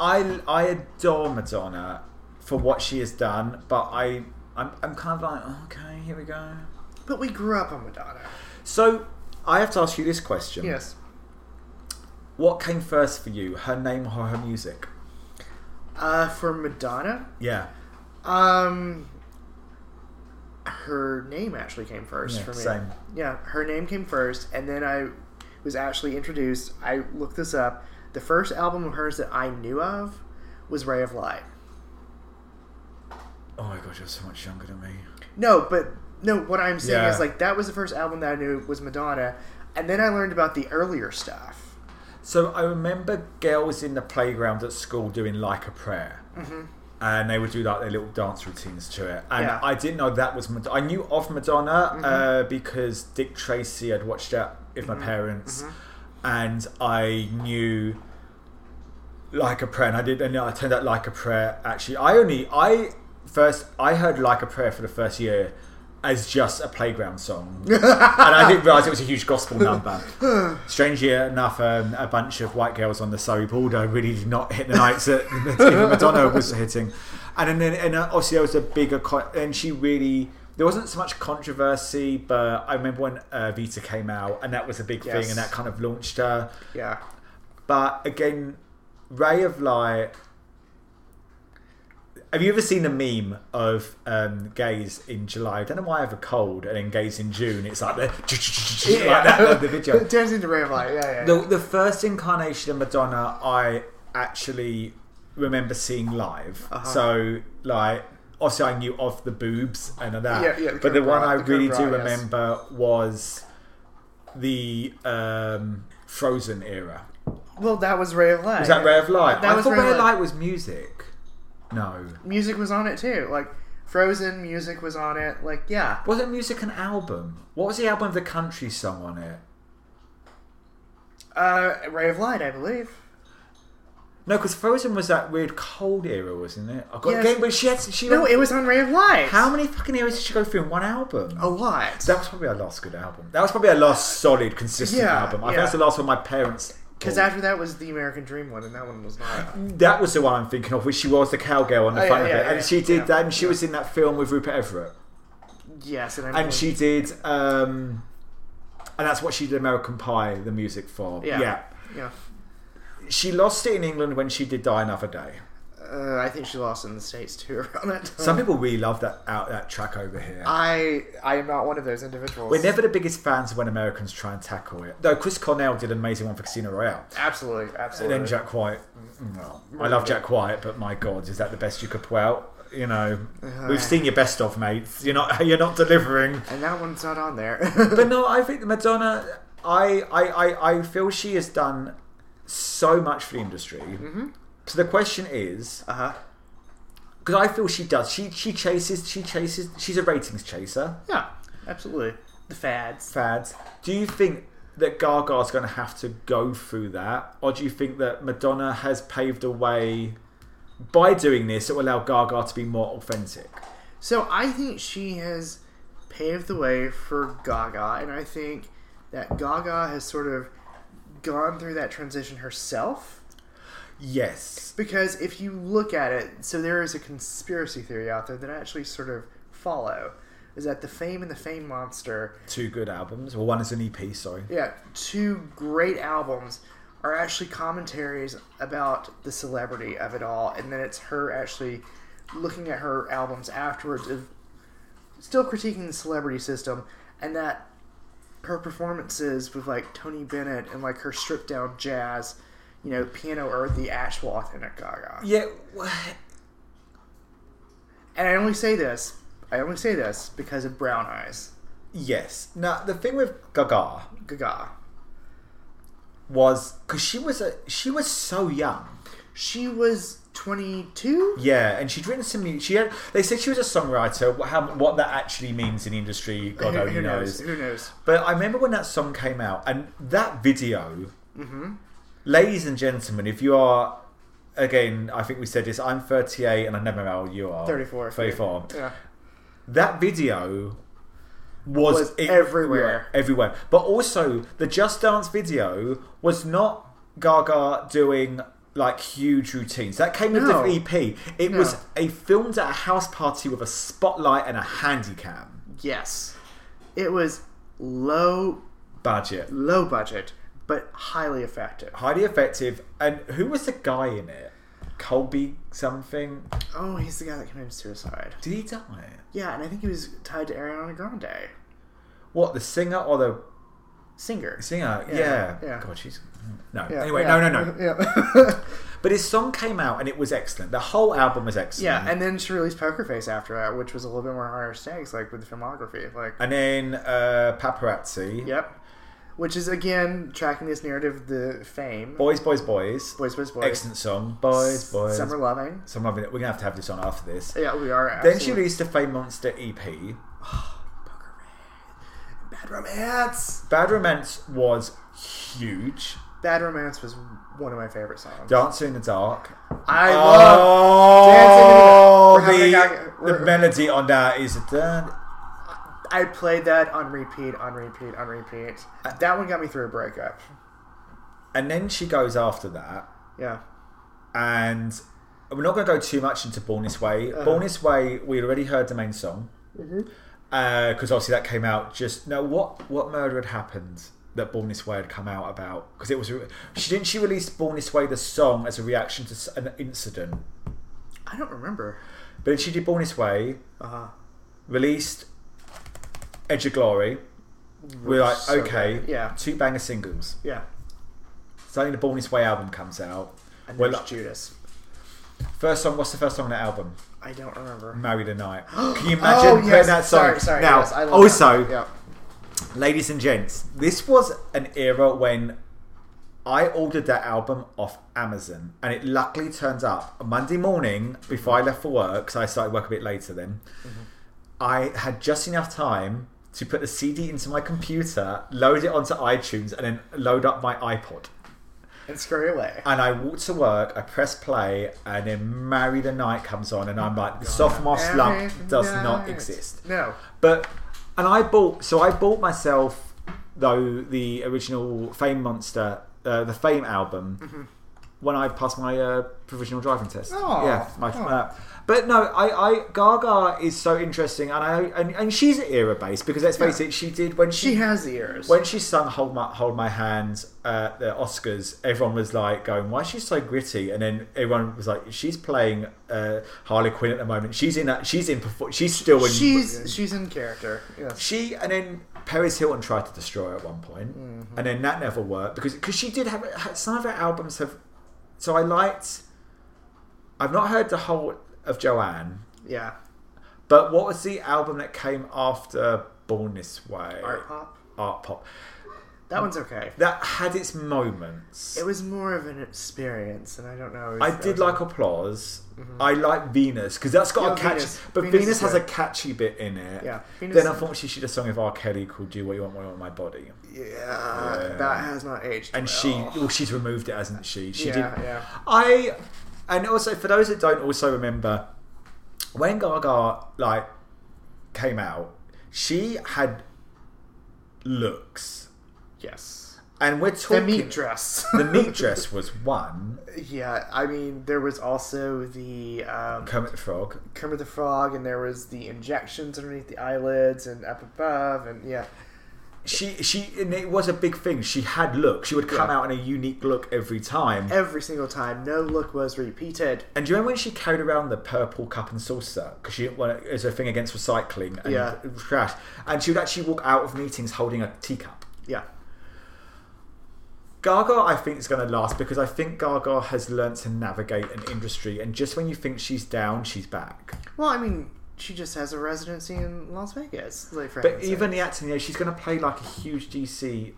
Speaker 1: I, I adore Madonna for what she has done, but I, I'm, I'm kind of like, okay, here we go.
Speaker 2: but we grew up on Madonna.
Speaker 1: So I have to ask you this question.
Speaker 2: Yes.
Speaker 1: What came first for you, her name or her music?
Speaker 2: Uh, for Madonna,
Speaker 1: Yeah.
Speaker 2: um, her name actually came first
Speaker 1: Yeah,
Speaker 2: for me.
Speaker 1: same.
Speaker 2: Yeah, her name came first, and then I was actually introduced. I looked this up. The first album of hers that I knew of was Ray of Light.
Speaker 1: Oh my god, you're so much younger than me.
Speaker 2: No, but no, what I'm saying
Speaker 1: Yeah.
Speaker 2: is like that was the first album that I knew was Madonna, and then I learned about the earlier stuff.
Speaker 1: So I remember girls in the playground at school doing like a prayer. And they would do like their little dance routines to it, and
Speaker 2: Yeah.
Speaker 1: I didn't know that was Madonna. I knew of Madonna uh, because Dick Tracy had watched it with my parents, and I knew like a prayer and i did and i turned out like a prayer actually i only i first i heard like a prayer for the first year as just a playground song and i didn't realize it was a huge gospel number strangely enough um, a bunch of white girls on the surrey border really did not hit the notes that even madonna was hitting and then and uh, obviously there was a bigger co- and she really there wasn't so much controversy but i remember when uh, vita came out and that was a big thing
Speaker 2: Yes.
Speaker 1: and that kind of launched her
Speaker 2: Yeah,
Speaker 1: but again, Ray of Light. Have you ever seen a meme of um, gays in July? I don't know why I have a cold, and then gays in June. It's like the [laughs]
Speaker 2: [laughs]
Speaker 1: like that, the- the video.
Speaker 2: dancing to Ray of Light. Yeah, yeah.
Speaker 1: The, the first incarnation of Madonna, I actually remember seeing live.
Speaker 2: Uh-huh.
Speaker 1: So like. Also, I knew of the boobs and of that,
Speaker 2: Yeah, yeah, the
Speaker 1: but the
Speaker 2: curved bra-
Speaker 1: one I
Speaker 2: the curved
Speaker 1: really
Speaker 2: bra,
Speaker 1: do
Speaker 2: yes.
Speaker 1: remember was the um, Frozen era.
Speaker 2: Well, that was Ray of Light.
Speaker 1: Was that Ray of Light?
Speaker 2: That
Speaker 1: I
Speaker 2: was
Speaker 1: thought
Speaker 2: Ray of
Speaker 1: Ray of
Speaker 2: Light.
Speaker 1: Light was music. No.
Speaker 2: Music was on it too. Like Frozen music was on it. Like yeah,
Speaker 1: Wasn't music an album? What was the album of the country song on it?
Speaker 2: uh, Ray of Light, I believe.
Speaker 1: No, because Frozen was that weird cold era, wasn't it? I got
Speaker 2: Yes.
Speaker 1: again, but she had she
Speaker 2: No,
Speaker 1: went,
Speaker 2: it was on Ray of Light.
Speaker 1: how many fucking eras did she go through in one album?
Speaker 2: A lot.
Speaker 1: That was probably our last good album. That was probably our last solid, consistent
Speaker 2: Yeah,
Speaker 1: album. I
Speaker 2: yeah.
Speaker 1: think that's the last one my parents.
Speaker 2: Because
Speaker 1: bought.
Speaker 2: after that was the American Dream one, and that one was not.
Speaker 1: that was the one I'm thinking of, which she was the cowgirl on the
Speaker 2: Oh, yeah,
Speaker 1: front
Speaker 2: yeah,
Speaker 1: of it, and
Speaker 2: yeah,
Speaker 1: she did
Speaker 2: yeah.
Speaker 1: that, and she was in that film with Rupert Everett.
Speaker 2: Yes, and, I
Speaker 1: and she did um and that's what she did american pie the music for
Speaker 2: Yeah. Yeah.
Speaker 1: she lost it in england when she did die another day
Speaker 2: Uh, I think she lost in the states too [laughs] around that time.
Speaker 1: some people really love that out that track over here
Speaker 2: I I am not one of those individuals.
Speaker 1: we're never the biggest fans of when americans try and tackle it though chris cornell did an amazing one for casino royale
Speaker 2: absolutely,
Speaker 1: and
Speaker 2: absolutely.
Speaker 1: then jack white mm, well, i love jack white but my god is that the best you could put out you know we've seen your best of mates you're not [laughs] you're not delivering
Speaker 2: and that one's not on there. [laughs]
Speaker 1: but no, I think Madonna. I I I, I feel she has done so much for the industry. So the question is,
Speaker 2: uh huh.
Speaker 1: because I feel she does. She she chases. She chases. She's a ratings chaser.
Speaker 2: Yeah, absolutely. The fads.
Speaker 1: Fads. Do you think? That Gaga's going to have to go through that, or do you think that Madonna has paved a way by doing this that will allow Gaga to be more authentic?
Speaker 2: So I think she has paved the way for Gaga, and I think that Gaga has sort of gone through that transition herself.
Speaker 1: Yes,
Speaker 2: Because if you look at it, so there is a conspiracy theory out there that I actually sort of follow is that the Fame and the Fame Monster,
Speaker 1: two good albums. Well, one is an EP. E Sorry,
Speaker 2: yeah, two great albums are actually commentaries about the celebrity of it all, and then it's her actually looking at her albums afterwards of still critiquing the celebrity system, and that her performances with like Tony Bennett and like her stripped down jazz, you know, piano or the actual authentic Gaga.
Speaker 1: Yeah. wha-
Speaker 2: And I only say this, I only say this because of Brown Eyes,
Speaker 1: [sighs] Yes. Now the thing with Gaga
Speaker 2: Gaga.
Speaker 1: was because she was a she was so young.
Speaker 2: She was 22.
Speaker 1: Yeah, and she'd written some. mu- She had. They said she was a songwriter. What, how, what that actually means in the industry, God
Speaker 2: who,
Speaker 1: only
Speaker 2: who
Speaker 1: knows.
Speaker 2: Who knows?
Speaker 1: But I remember when that song came out, and that video,
Speaker 2: Mm-hmm.
Speaker 1: ladies and gentlemen, if you are, again, I think we said this. I'm 38, and I never know how old you are.
Speaker 2: 34.
Speaker 1: 34.
Speaker 2: Yeah.
Speaker 1: That video was,
Speaker 2: Was everywhere.
Speaker 1: everywhere. But also, the Just Dance video was not Gaga doing like huge routines. That came with
Speaker 2: No.
Speaker 1: the EP. It
Speaker 2: No.
Speaker 1: was a filmed at a house party with a spotlight and a handy cam
Speaker 2: Yes. It was low,
Speaker 1: budget.
Speaker 2: low budget, but highly effective.
Speaker 1: highly effective. And who was the guy in it? Colby something.
Speaker 2: Oh, he's the guy that committed suicide.
Speaker 1: Did he die?
Speaker 2: Yeah, and I think he was tied to Ariana Grande.
Speaker 1: What the singer or the
Speaker 2: Singer.
Speaker 1: singer? Yeah.
Speaker 2: yeah.
Speaker 1: God, she's no.
Speaker 2: Yeah,
Speaker 1: anyway,
Speaker 2: yeah,
Speaker 1: no, no, no.
Speaker 2: [laughs] Yeah.
Speaker 1: But his song came out and it was excellent. The whole album was excellent.
Speaker 2: yeah, and then she released Poker Face after that, which was a little bit more higher stakes, like with the filmography. Like,
Speaker 1: and then uh, paparazzi.
Speaker 2: yep. Which is, again, tracking this narrative of the fame.
Speaker 1: Boys, boys, boys.
Speaker 2: Boys, boys, boys.
Speaker 1: Excellent song. Boys, boys.
Speaker 2: Summer loving.
Speaker 1: So I'm loving it. We're gonna have to have this on after this.
Speaker 2: Yeah, we are.
Speaker 1: Then she
Speaker 2: absolutely-
Speaker 1: released the Fame Monster E EP.
Speaker 2: Bad Romance.
Speaker 1: Bad Romance was huge.
Speaker 2: Bad Romance was one of my favorite songs.
Speaker 1: Dancer in the Dark.
Speaker 2: I love.
Speaker 1: oh,
Speaker 2: Dancing in the Dark. We're having a-
Speaker 1: the,
Speaker 2: we're-
Speaker 1: the melody on that is dun-
Speaker 2: I played that on repeat, on repeat, on repeat. That one got me through a breakup.
Speaker 1: and then she goes after that
Speaker 2: Yeah.
Speaker 1: and we're not going to go too much into Born This Way
Speaker 2: Uh-huh.
Speaker 1: Born This Way we already heard the main song
Speaker 2: Mm-hmm.
Speaker 1: because obviously that came out just no what what murder had happened that Born This Way had come out about because it was re- she didn't she release Born This Way the song as a reaction to s- an incident
Speaker 2: I don't remember.
Speaker 1: but then she did Born This Way
Speaker 2: Uh huh.
Speaker 1: released Edge of Glory we're like
Speaker 2: so
Speaker 1: okay
Speaker 2: good. Yeah.
Speaker 1: two banger singles
Speaker 2: Yeah.
Speaker 1: Suddenly the Born This Way album comes out.
Speaker 2: And
Speaker 1: Well,
Speaker 2: there's Judas.
Speaker 1: First song, what's the first song on that album?
Speaker 2: I don't remember. Oh,
Speaker 1: Married a
Speaker 2: [gasps]
Speaker 1: Night. Can you imagine playing that song?
Speaker 2: Sorry, sorry.
Speaker 1: now,
Speaker 2: yes, I love
Speaker 1: also,
Speaker 2: that. Yeah.
Speaker 1: ladies and gents, this was an era when I ordered that album off Amazon and it luckily turned up on Monday morning before I left for work, because I started work a bit later then.
Speaker 2: Mm-hmm.
Speaker 1: I had just enough time to put the CD into my computer, load it onto iTunes, and then load up my iPod.
Speaker 2: And scurry away.
Speaker 1: and I walk to work, I press play, and then Marry the Night comes on, and
Speaker 2: Oh
Speaker 1: I'm like, the sophomore slump
Speaker 2: Every
Speaker 1: does not
Speaker 2: night.
Speaker 1: exist.
Speaker 2: No.
Speaker 1: But, and I bought, so I bought myself, though, the original Fame Monster, uh, the Fame album,
Speaker 2: Mm-hmm.
Speaker 1: when I passed my uh, provisional driving test.
Speaker 2: Aw.
Speaker 1: yeah. My,
Speaker 2: Aw.
Speaker 1: uh, but no, I, I, Gaga is so interesting, and I, and, and she's era based because let's face it, she did when
Speaker 2: She has the ears.
Speaker 1: when she sung "Hold My Hold My Hand" at the Oscars, everyone was like going, "Why is she so gritty?" And then everyone was like, "She's playing uh, Harley Quinn at the moment. She's in. A, she's in. Perfor- she's still in.
Speaker 2: she's she's in character. Yes.
Speaker 1: she." And then Paris Hilton tried to destroy her at one point,
Speaker 2: Mm-hmm.
Speaker 1: and then that never worked because because she did have some of her albums have. So I liked. I've not heard the whole of Joanne,
Speaker 2: Yeah.
Speaker 1: but what was the album that came after Born This Way?
Speaker 2: Art pop.
Speaker 1: Art pop.
Speaker 2: That one's okay.
Speaker 1: That had its moments.
Speaker 2: It was more of an experience, and I don't know.
Speaker 1: I
Speaker 2: if that
Speaker 1: did
Speaker 2: was-
Speaker 1: like applause. I like Venus because that's got
Speaker 2: Mm-hmm. Yeah,
Speaker 1: a catchy,
Speaker 2: Venus.
Speaker 1: but
Speaker 2: Venus
Speaker 1: Venus,
Speaker 2: is
Speaker 1: has a
Speaker 2: good.
Speaker 1: catchy bit in it.
Speaker 2: Yeah, Venus
Speaker 1: then
Speaker 2: is-
Speaker 1: unfortunately, she did a song with R. Kelly called "Do What You Want, What You Want My Body,"
Speaker 2: Yeah, that has not aged.
Speaker 1: and
Speaker 2: well.
Speaker 1: she, well, she's removed it, hasn't she? She
Speaker 2: yeah,
Speaker 1: did.
Speaker 2: yeah.
Speaker 1: I, and also for those that don't also remember, when Gaga like came out, she had looks,
Speaker 2: Yes.
Speaker 1: and we're talking
Speaker 2: The meat dress.
Speaker 1: The
Speaker 2: [laughs]
Speaker 1: meat dress was one.
Speaker 2: yeah, I mean, there was also the um,
Speaker 1: Kermit the Frog.
Speaker 2: Kermit the Frog, and there was the injections underneath the eyelids and up above, and yeah.
Speaker 1: she she and it was a big thing. She had look. She would come
Speaker 2: Yeah.
Speaker 1: out in a unique look every time.
Speaker 2: Every single time, no look was repeated.
Speaker 1: And do you remember when she carried around the purple cup and saucer because she didn't want it as a thing against recycling and
Speaker 2: Yeah.
Speaker 1: trash? And she would actually walk out of meetings holding a teacup.
Speaker 2: Yeah,
Speaker 1: Gaga, I think, is going to last because I think Gaga has learnt to navigate an industry, and just when you think she's down, she's back.
Speaker 2: well, I mean, she just has a residency in Las Vegas. Like, for
Speaker 1: But
Speaker 2: heaven's
Speaker 1: even
Speaker 2: sake.
Speaker 1: the acting, you know, she's going to play like a huge DC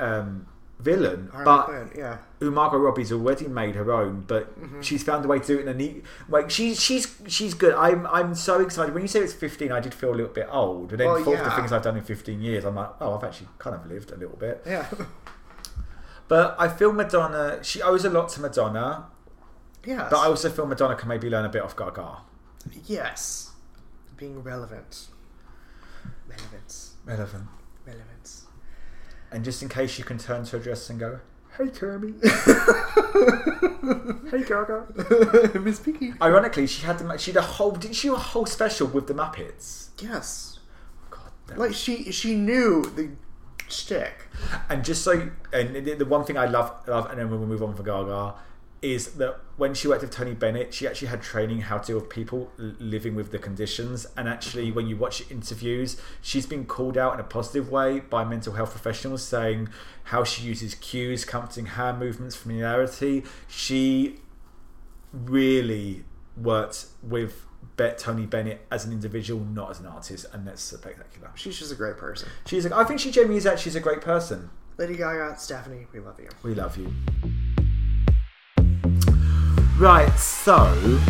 Speaker 1: um, villain,
Speaker 2: Harley
Speaker 1: but
Speaker 2: Quinn, yeah,
Speaker 1: who Margot Robbie's already made her own, but
Speaker 2: Mm-hmm.
Speaker 1: she's found a way to do it in a neat. Like she's she's she's good. I'm I'm so excited. When you say it's 15, I did feel a little bit old. And then
Speaker 2: Well,
Speaker 1: thought of the
Speaker 2: yeah.
Speaker 1: things I've done in 15 years, I'm like, oh, I've actually kind of lived a little bit.
Speaker 2: yeah, [laughs]
Speaker 1: But I feel Madonna. She owes a lot to Madonna,
Speaker 2: yes,
Speaker 1: but I also feel Madonna can maybe learn a bit off Gaga.
Speaker 2: yes, being relevant, relevance,
Speaker 1: Relevant.
Speaker 2: relevance.
Speaker 1: And just in case you can turn to her dress and go, "Hey
Speaker 2: [laughs]
Speaker 1: Kirby, hey Gaga."
Speaker 2: [laughs] Miss Piggy.
Speaker 1: Ironically, she had the she had a whole didn't she do a whole special with the Muppets?
Speaker 2: Yes,
Speaker 1: God, that
Speaker 2: like she she knew the shtick.
Speaker 1: And just so, and the- the one thing I love, love, and then we'll move on for Gaga, is that when she worked with Tony Bennett, she actually had training how to deal with people l- living with the conditions. And actually, when you watch interviews, she's been called out in a positive way by mental health professionals, saying how she uses cues, comforting hand movements, familiarity. She really worked with Bet Tony Bennett as an individual, not as an artist, and that's spectacular.
Speaker 2: She's just a great person.
Speaker 1: She's, like, I think she genuinely is actually is a great person.
Speaker 2: Lady Gaga, Stephanie, we love you.
Speaker 1: We love you. Right, so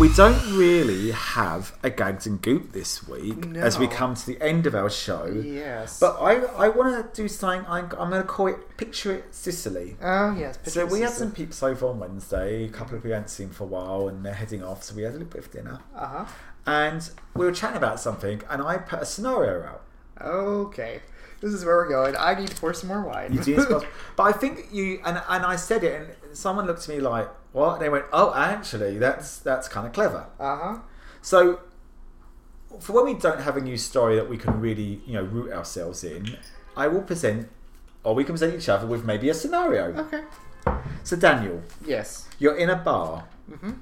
Speaker 1: we don't really have a gags and goop this week
Speaker 2: No.
Speaker 1: as we come to the end of our show.
Speaker 2: Yes.
Speaker 1: But I, I want to do something. I'm, I'm going to call it Picture It Sicily.
Speaker 2: oh yes.
Speaker 1: So
Speaker 2: Patricia
Speaker 1: we had
Speaker 2: Sisson.
Speaker 1: some peeps over on Wednesday, a couple of we hadn't seen for a while, and they're heading off, so we had a little bit of dinner.
Speaker 2: Uh-huh.
Speaker 1: And we were chatting about something, and I put a scenario out.
Speaker 2: Okay. This is where we're going. I need to pour some more wine.
Speaker 1: You do this
Speaker 2: [laughs]
Speaker 1: possible. But I think you and and I said it, and someone looked at me like, "What?" And they went, "Oh, actually, that's that's kind of clever."
Speaker 2: uh-huh.
Speaker 1: So, for when we don't have a new story that we can really, you know, root ourselves in, I will present, or we can present each other with maybe a scenario.
Speaker 2: Okay.
Speaker 1: So, Daniel,
Speaker 2: Yes.
Speaker 1: you're in a bar.
Speaker 2: Mm-hmm.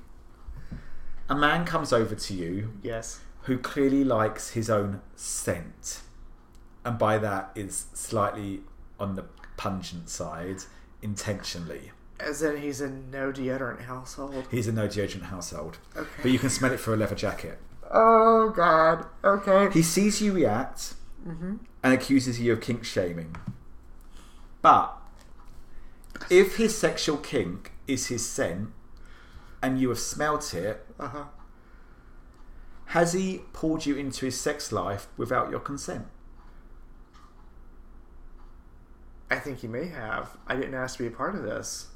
Speaker 1: A man comes over to you
Speaker 2: Yes.
Speaker 1: who clearly likes his own scent, and by that is slightly on the pungent side, intentionally.
Speaker 2: As in he's a no deodorant household.
Speaker 1: He's a no deodorant household,
Speaker 2: Okay.
Speaker 1: but you can smell it through a leather jacket.
Speaker 2: Oh god. Okay.
Speaker 1: He sees you react
Speaker 2: Mm-hmm.
Speaker 1: and accuses you of kink shaming. But if his sexual kink is his scent and you have smelt it,
Speaker 2: Uh-huh.
Speaker 1: has he pulled you into his sex life without your consent?
Speaker 2: I think he may have. I didn't ask to be a part of this.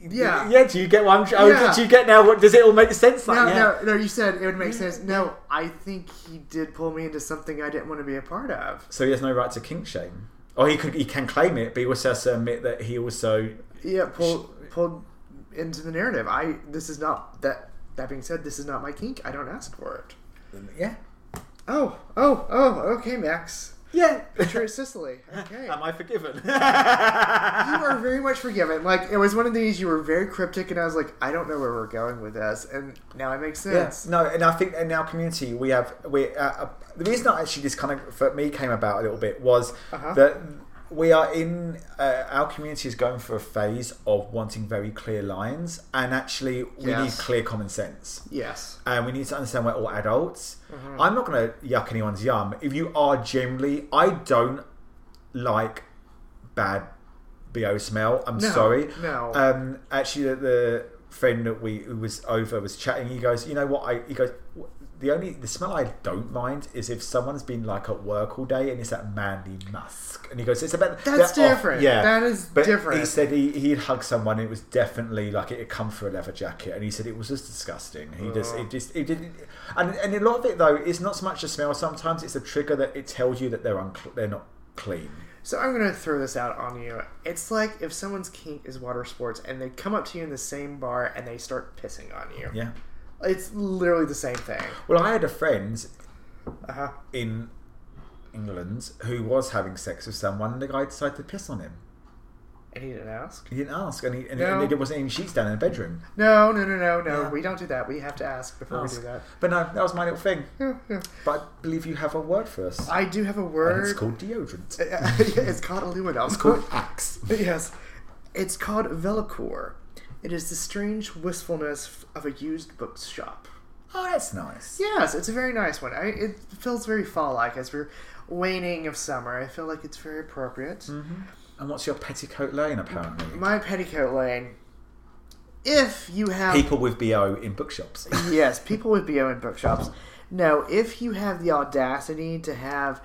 Speaker 2: Yeah.
Speaker 1: Yeah, do you get one? Oh,
Speaker 2: Yeah.
Speaker 1: Do you get now? What Does it all make sense? Like,
Speaker 2: No,
Speaker 1: yeah.
Speaker 2: no, no, you said it would make sense. No, I think he did pull me into something I didn't want to be a part of.
Speaker 1: So he has no right to kink shame. Or he could he can claim it, but he also has to admit that he also
Speaker 2: Yeah, pulled pulled into the narrative. I this is not that that being said, this is not my kink. I don't ask for it.
Speaker 1: Yeah.
Speaker 2: Oh, oh, oh, okay, Max.
Speaker 1: Yeah.
Speaker 2: True Sicily. [laughs] Okay.
Speaker 1: Am I forgiven?
Speaker 2: you are
Speaker 1: [laughs]
Speaker 2: very much forgiven. Like it was one of these you were very cryptic and I was like, I don't know where we're going with this and now it makes sense.
Speaker 1: Yes. No, and I think in our community we have we uh, uh, the reason that actually this kind of for me came about a little bit was
Speaker 2: Uh-huh.
Speaker 1: that we are in uh, our community is going through a phase of wanting very clear lines, and actually we
Speaker 2: Yes.
Speaker 1: need clear common sense.
Speaker 2: Yes.
Speaker 1: And we need to understand we're all adults.
Speaker 2: Mm-hmm.
Speaker 1: I'm not going to yuck anyone's yum. If you are generally, I don't like bad bo smell. I'm
Speaker 2: No,
Speaker 1: sorry.
Speaker 2: no.
Speaker 1: Um, actually, the, the friend that we who was over was chatting. He goes, you know what? I he goes. "W- The only the smell I don't mind is if someone's been like at work all day and it's that manly musk. And he goes, it's about
Speaker 2: That's
Speaker 1: they're off."
Speaker 2: different.
Speaker 1: yeah,
Speaker 2: That is
Speaker 1: but He
Speaker 2: different.
Speaker 1: said he he'd hugged someone. It was definitely like it had come through a leather jacket, and he said it was just disgusting. He just
Speaker 2: Oh.
Speaker 1: it just it didn't. And and a lot of it though is not so much the smell. Sometimes it's the trigger that it tells you that they're uncl- they're not clean.
Speaker 2: So I'm gonna throw this out on you. It's like if someone's kink is water sports and they come up to you in the same bar and they start pissing on you.
Speaker 1: Yeah.
Speaker 2: It's literally the same thing. Uh-huh.
Speaker 1: Well, I had a friend
Speaker 2: Uh huh.
Speaker 1: in England who was having sex with someone, and the guy decided to piss on him.
Speaker 2: And he didn't ask.
Speaker 1: He didn't ask, and, he, and,
Speaker 2: No.
Speaker 1: and there wasn't even sheets down in the bedroom.
Speaker 2: No, no, no, no, no.
Speaker 1: Yeah.
Speaker 2: We don't do that. We have to ask before we do that.
Speaker 1: But no, that was my little thing.
Speaker 2: Yeah, yeah.
Speaker 1: But I believe you have a word for us.
Speaker 2: I do have a
Speaker 1: And
Speaker 2: word.
Speaker 1: it's
Speaker 2: [laughs]
Speaker 1: called deodorant.
Speaker 2: it's called aluminum.
Speaker 1: It's
Speaker 2: [laughs]
Speaker 1: called axe.
Speaker 2: yes. It's called Velocor. It is the strange wistfulness of a used bookshop.
Speaker 1: Oh, that's nice.
Speaker 2: Yes, it's a very nice one. I, it feels very fall-like as we're waning of summer. I feel like it's very appropriate.
Speaker 1: And what's your petticoat lane, apparently?
Speaker 2: My petticoat lane. If you have
Speaker 1: People with BO in [laughs] bookshops.
Speaker 2: yes, people with BO in bookshops. No, if you have the audacity to have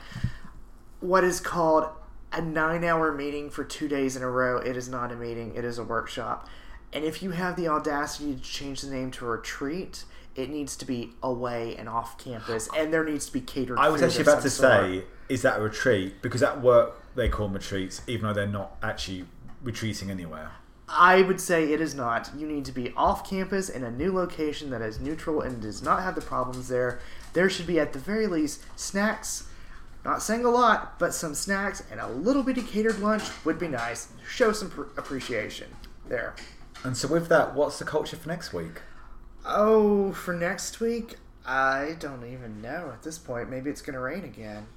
Speaker 2: what is called a nine hour meeting for two days in a row, it is not a meeting, it is a workshop. And if you have the audacity to change the name to retreat, it needs to be away and off campus, and there needs to be catered.
Speaker 1: I was
Speaker 2: food
Speaker 1: actually
Speaker 2: of
Speaker 1: about to
Speaker 2: some sort.
Speaker 1: say, is that a retreat? Because at work they call them retreats, even though they're not actually retreating anywhere.
Speaker 2: I would say it is not. You need to be off campus in a new location that is neutral and does not have the problems there. There should be, at the very least, snacks. Not saying a lot, but some snacks and a little bitty catered lunch would be nice. Show some pr- appreciation there.
Speaker 1: And so, with that, what's the culture for next week?
Speaker 2: Oh, for next week, I don't even know at this point. Maybe it's going to rain again.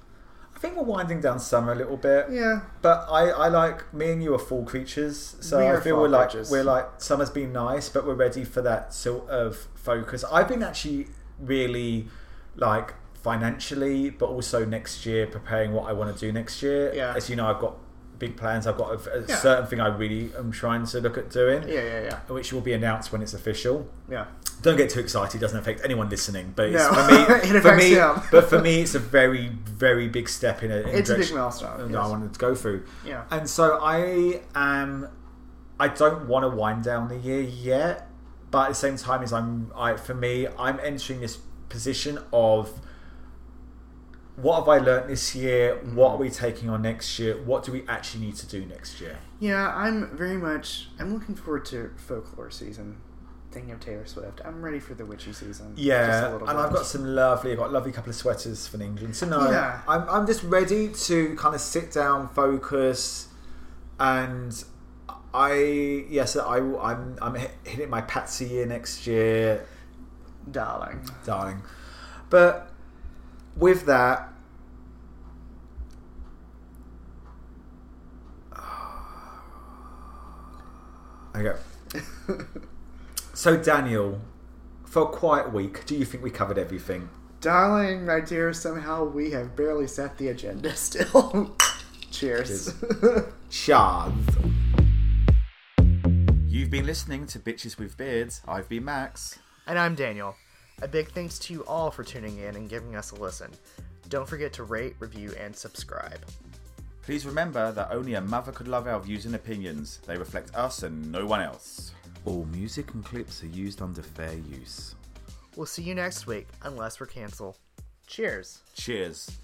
Speaker 1: I think we're winding down summer a little bit.
Speaker 2: Yeah.
Speaker 1: But I, I like me and you are fall creatures, so
Speaker 2: We
Speaker 1: I
Speaker 2: are
Speaker 1: feel
Speaker 2: fall
Speaker 1: we're like
Speaker 2: creatures.
Speaker 1: we're like summer's been nice, but we're ready for that sort of focus. I've been actually really like financially, but also next year preparing what I want to do next year.
Speaker 2: Yeah.
Speaker 1: As you know, I've got big plans. I've got a, a
Speaker 2: Yeah.
Speaker 1: certain thing I really am trying to look at doing,
Speaker 2: Yeah, yeah, yeah.
Speaker 1: which will be announced when it's official.
Speaker 2: Yeah.
Speaker 1: Don't get too excited; it doesn't affect anyone listening. But it's,
Speaker 2: No.
Speaker 1: for me,
Speaker 2: [laughs] It
Speaker 1: for
Speaker 2: affects
Speaker 1: me,
Speaker 2: him.
Speaker 1: but for me, it's a very, very big step in a, in
Speaker 2: It's a big
Speaker 1: direction
Speaker 2: milestone.
Speaker 1: that
Speaker 2: yes.
Speaker 1: I wanted to go through.
Speaker 2: Yeah.
Speaker 1: And so I am. I don't want to wind down the year yet, but at the same time, is I'm. I for me, I'm entering this position of. What have I learnt this year? What are we taking on next year? What do we actually need to do next year?
Speaker 2: Yeah, I'm very much. I'm looking forward to folklore season. Thinking of Taylor Swift, I'm ready for the witchy season. just a
Speaker 1: Yeah,
Speaker 2: little
Speaker 1: and I've
Speaker 2: bit.
Speaker 1: got some lovely, I've got a lovely couple of sweaters from England. So no,
Speaker 2: Yeah.
Speaker 1: I'm, I'm just ready to kind of sit down, focus, and I yes, I I'm I'm hit- hitting my Patsy year next year,
Speaker 2: darling.
Speaker 1: darling. But with that, I [laughs] go. So Daniel, for a quiet week, do you think we covered everything?
Speaker 2: darling, my dear. Somehow we have barely set the agenda. Still, [laughs] cheers.
Speaker 1: Chaz. You've been listening to Bitches with Beards. I've been Max.
Speaker 2: [laughs] and I'm Daniel. A big thanks to you all for tuning in and giving us a listen. Don't forget to rate, review, and subscribe.
Speaker 1: Please remember that only a mother could love our views and opinions. They reflect us and no one else. All music and clips are used under fair use.
Speaker 2: We'll see you next week, unless we're canceled. Cheers.
Speaker 1: Cheers.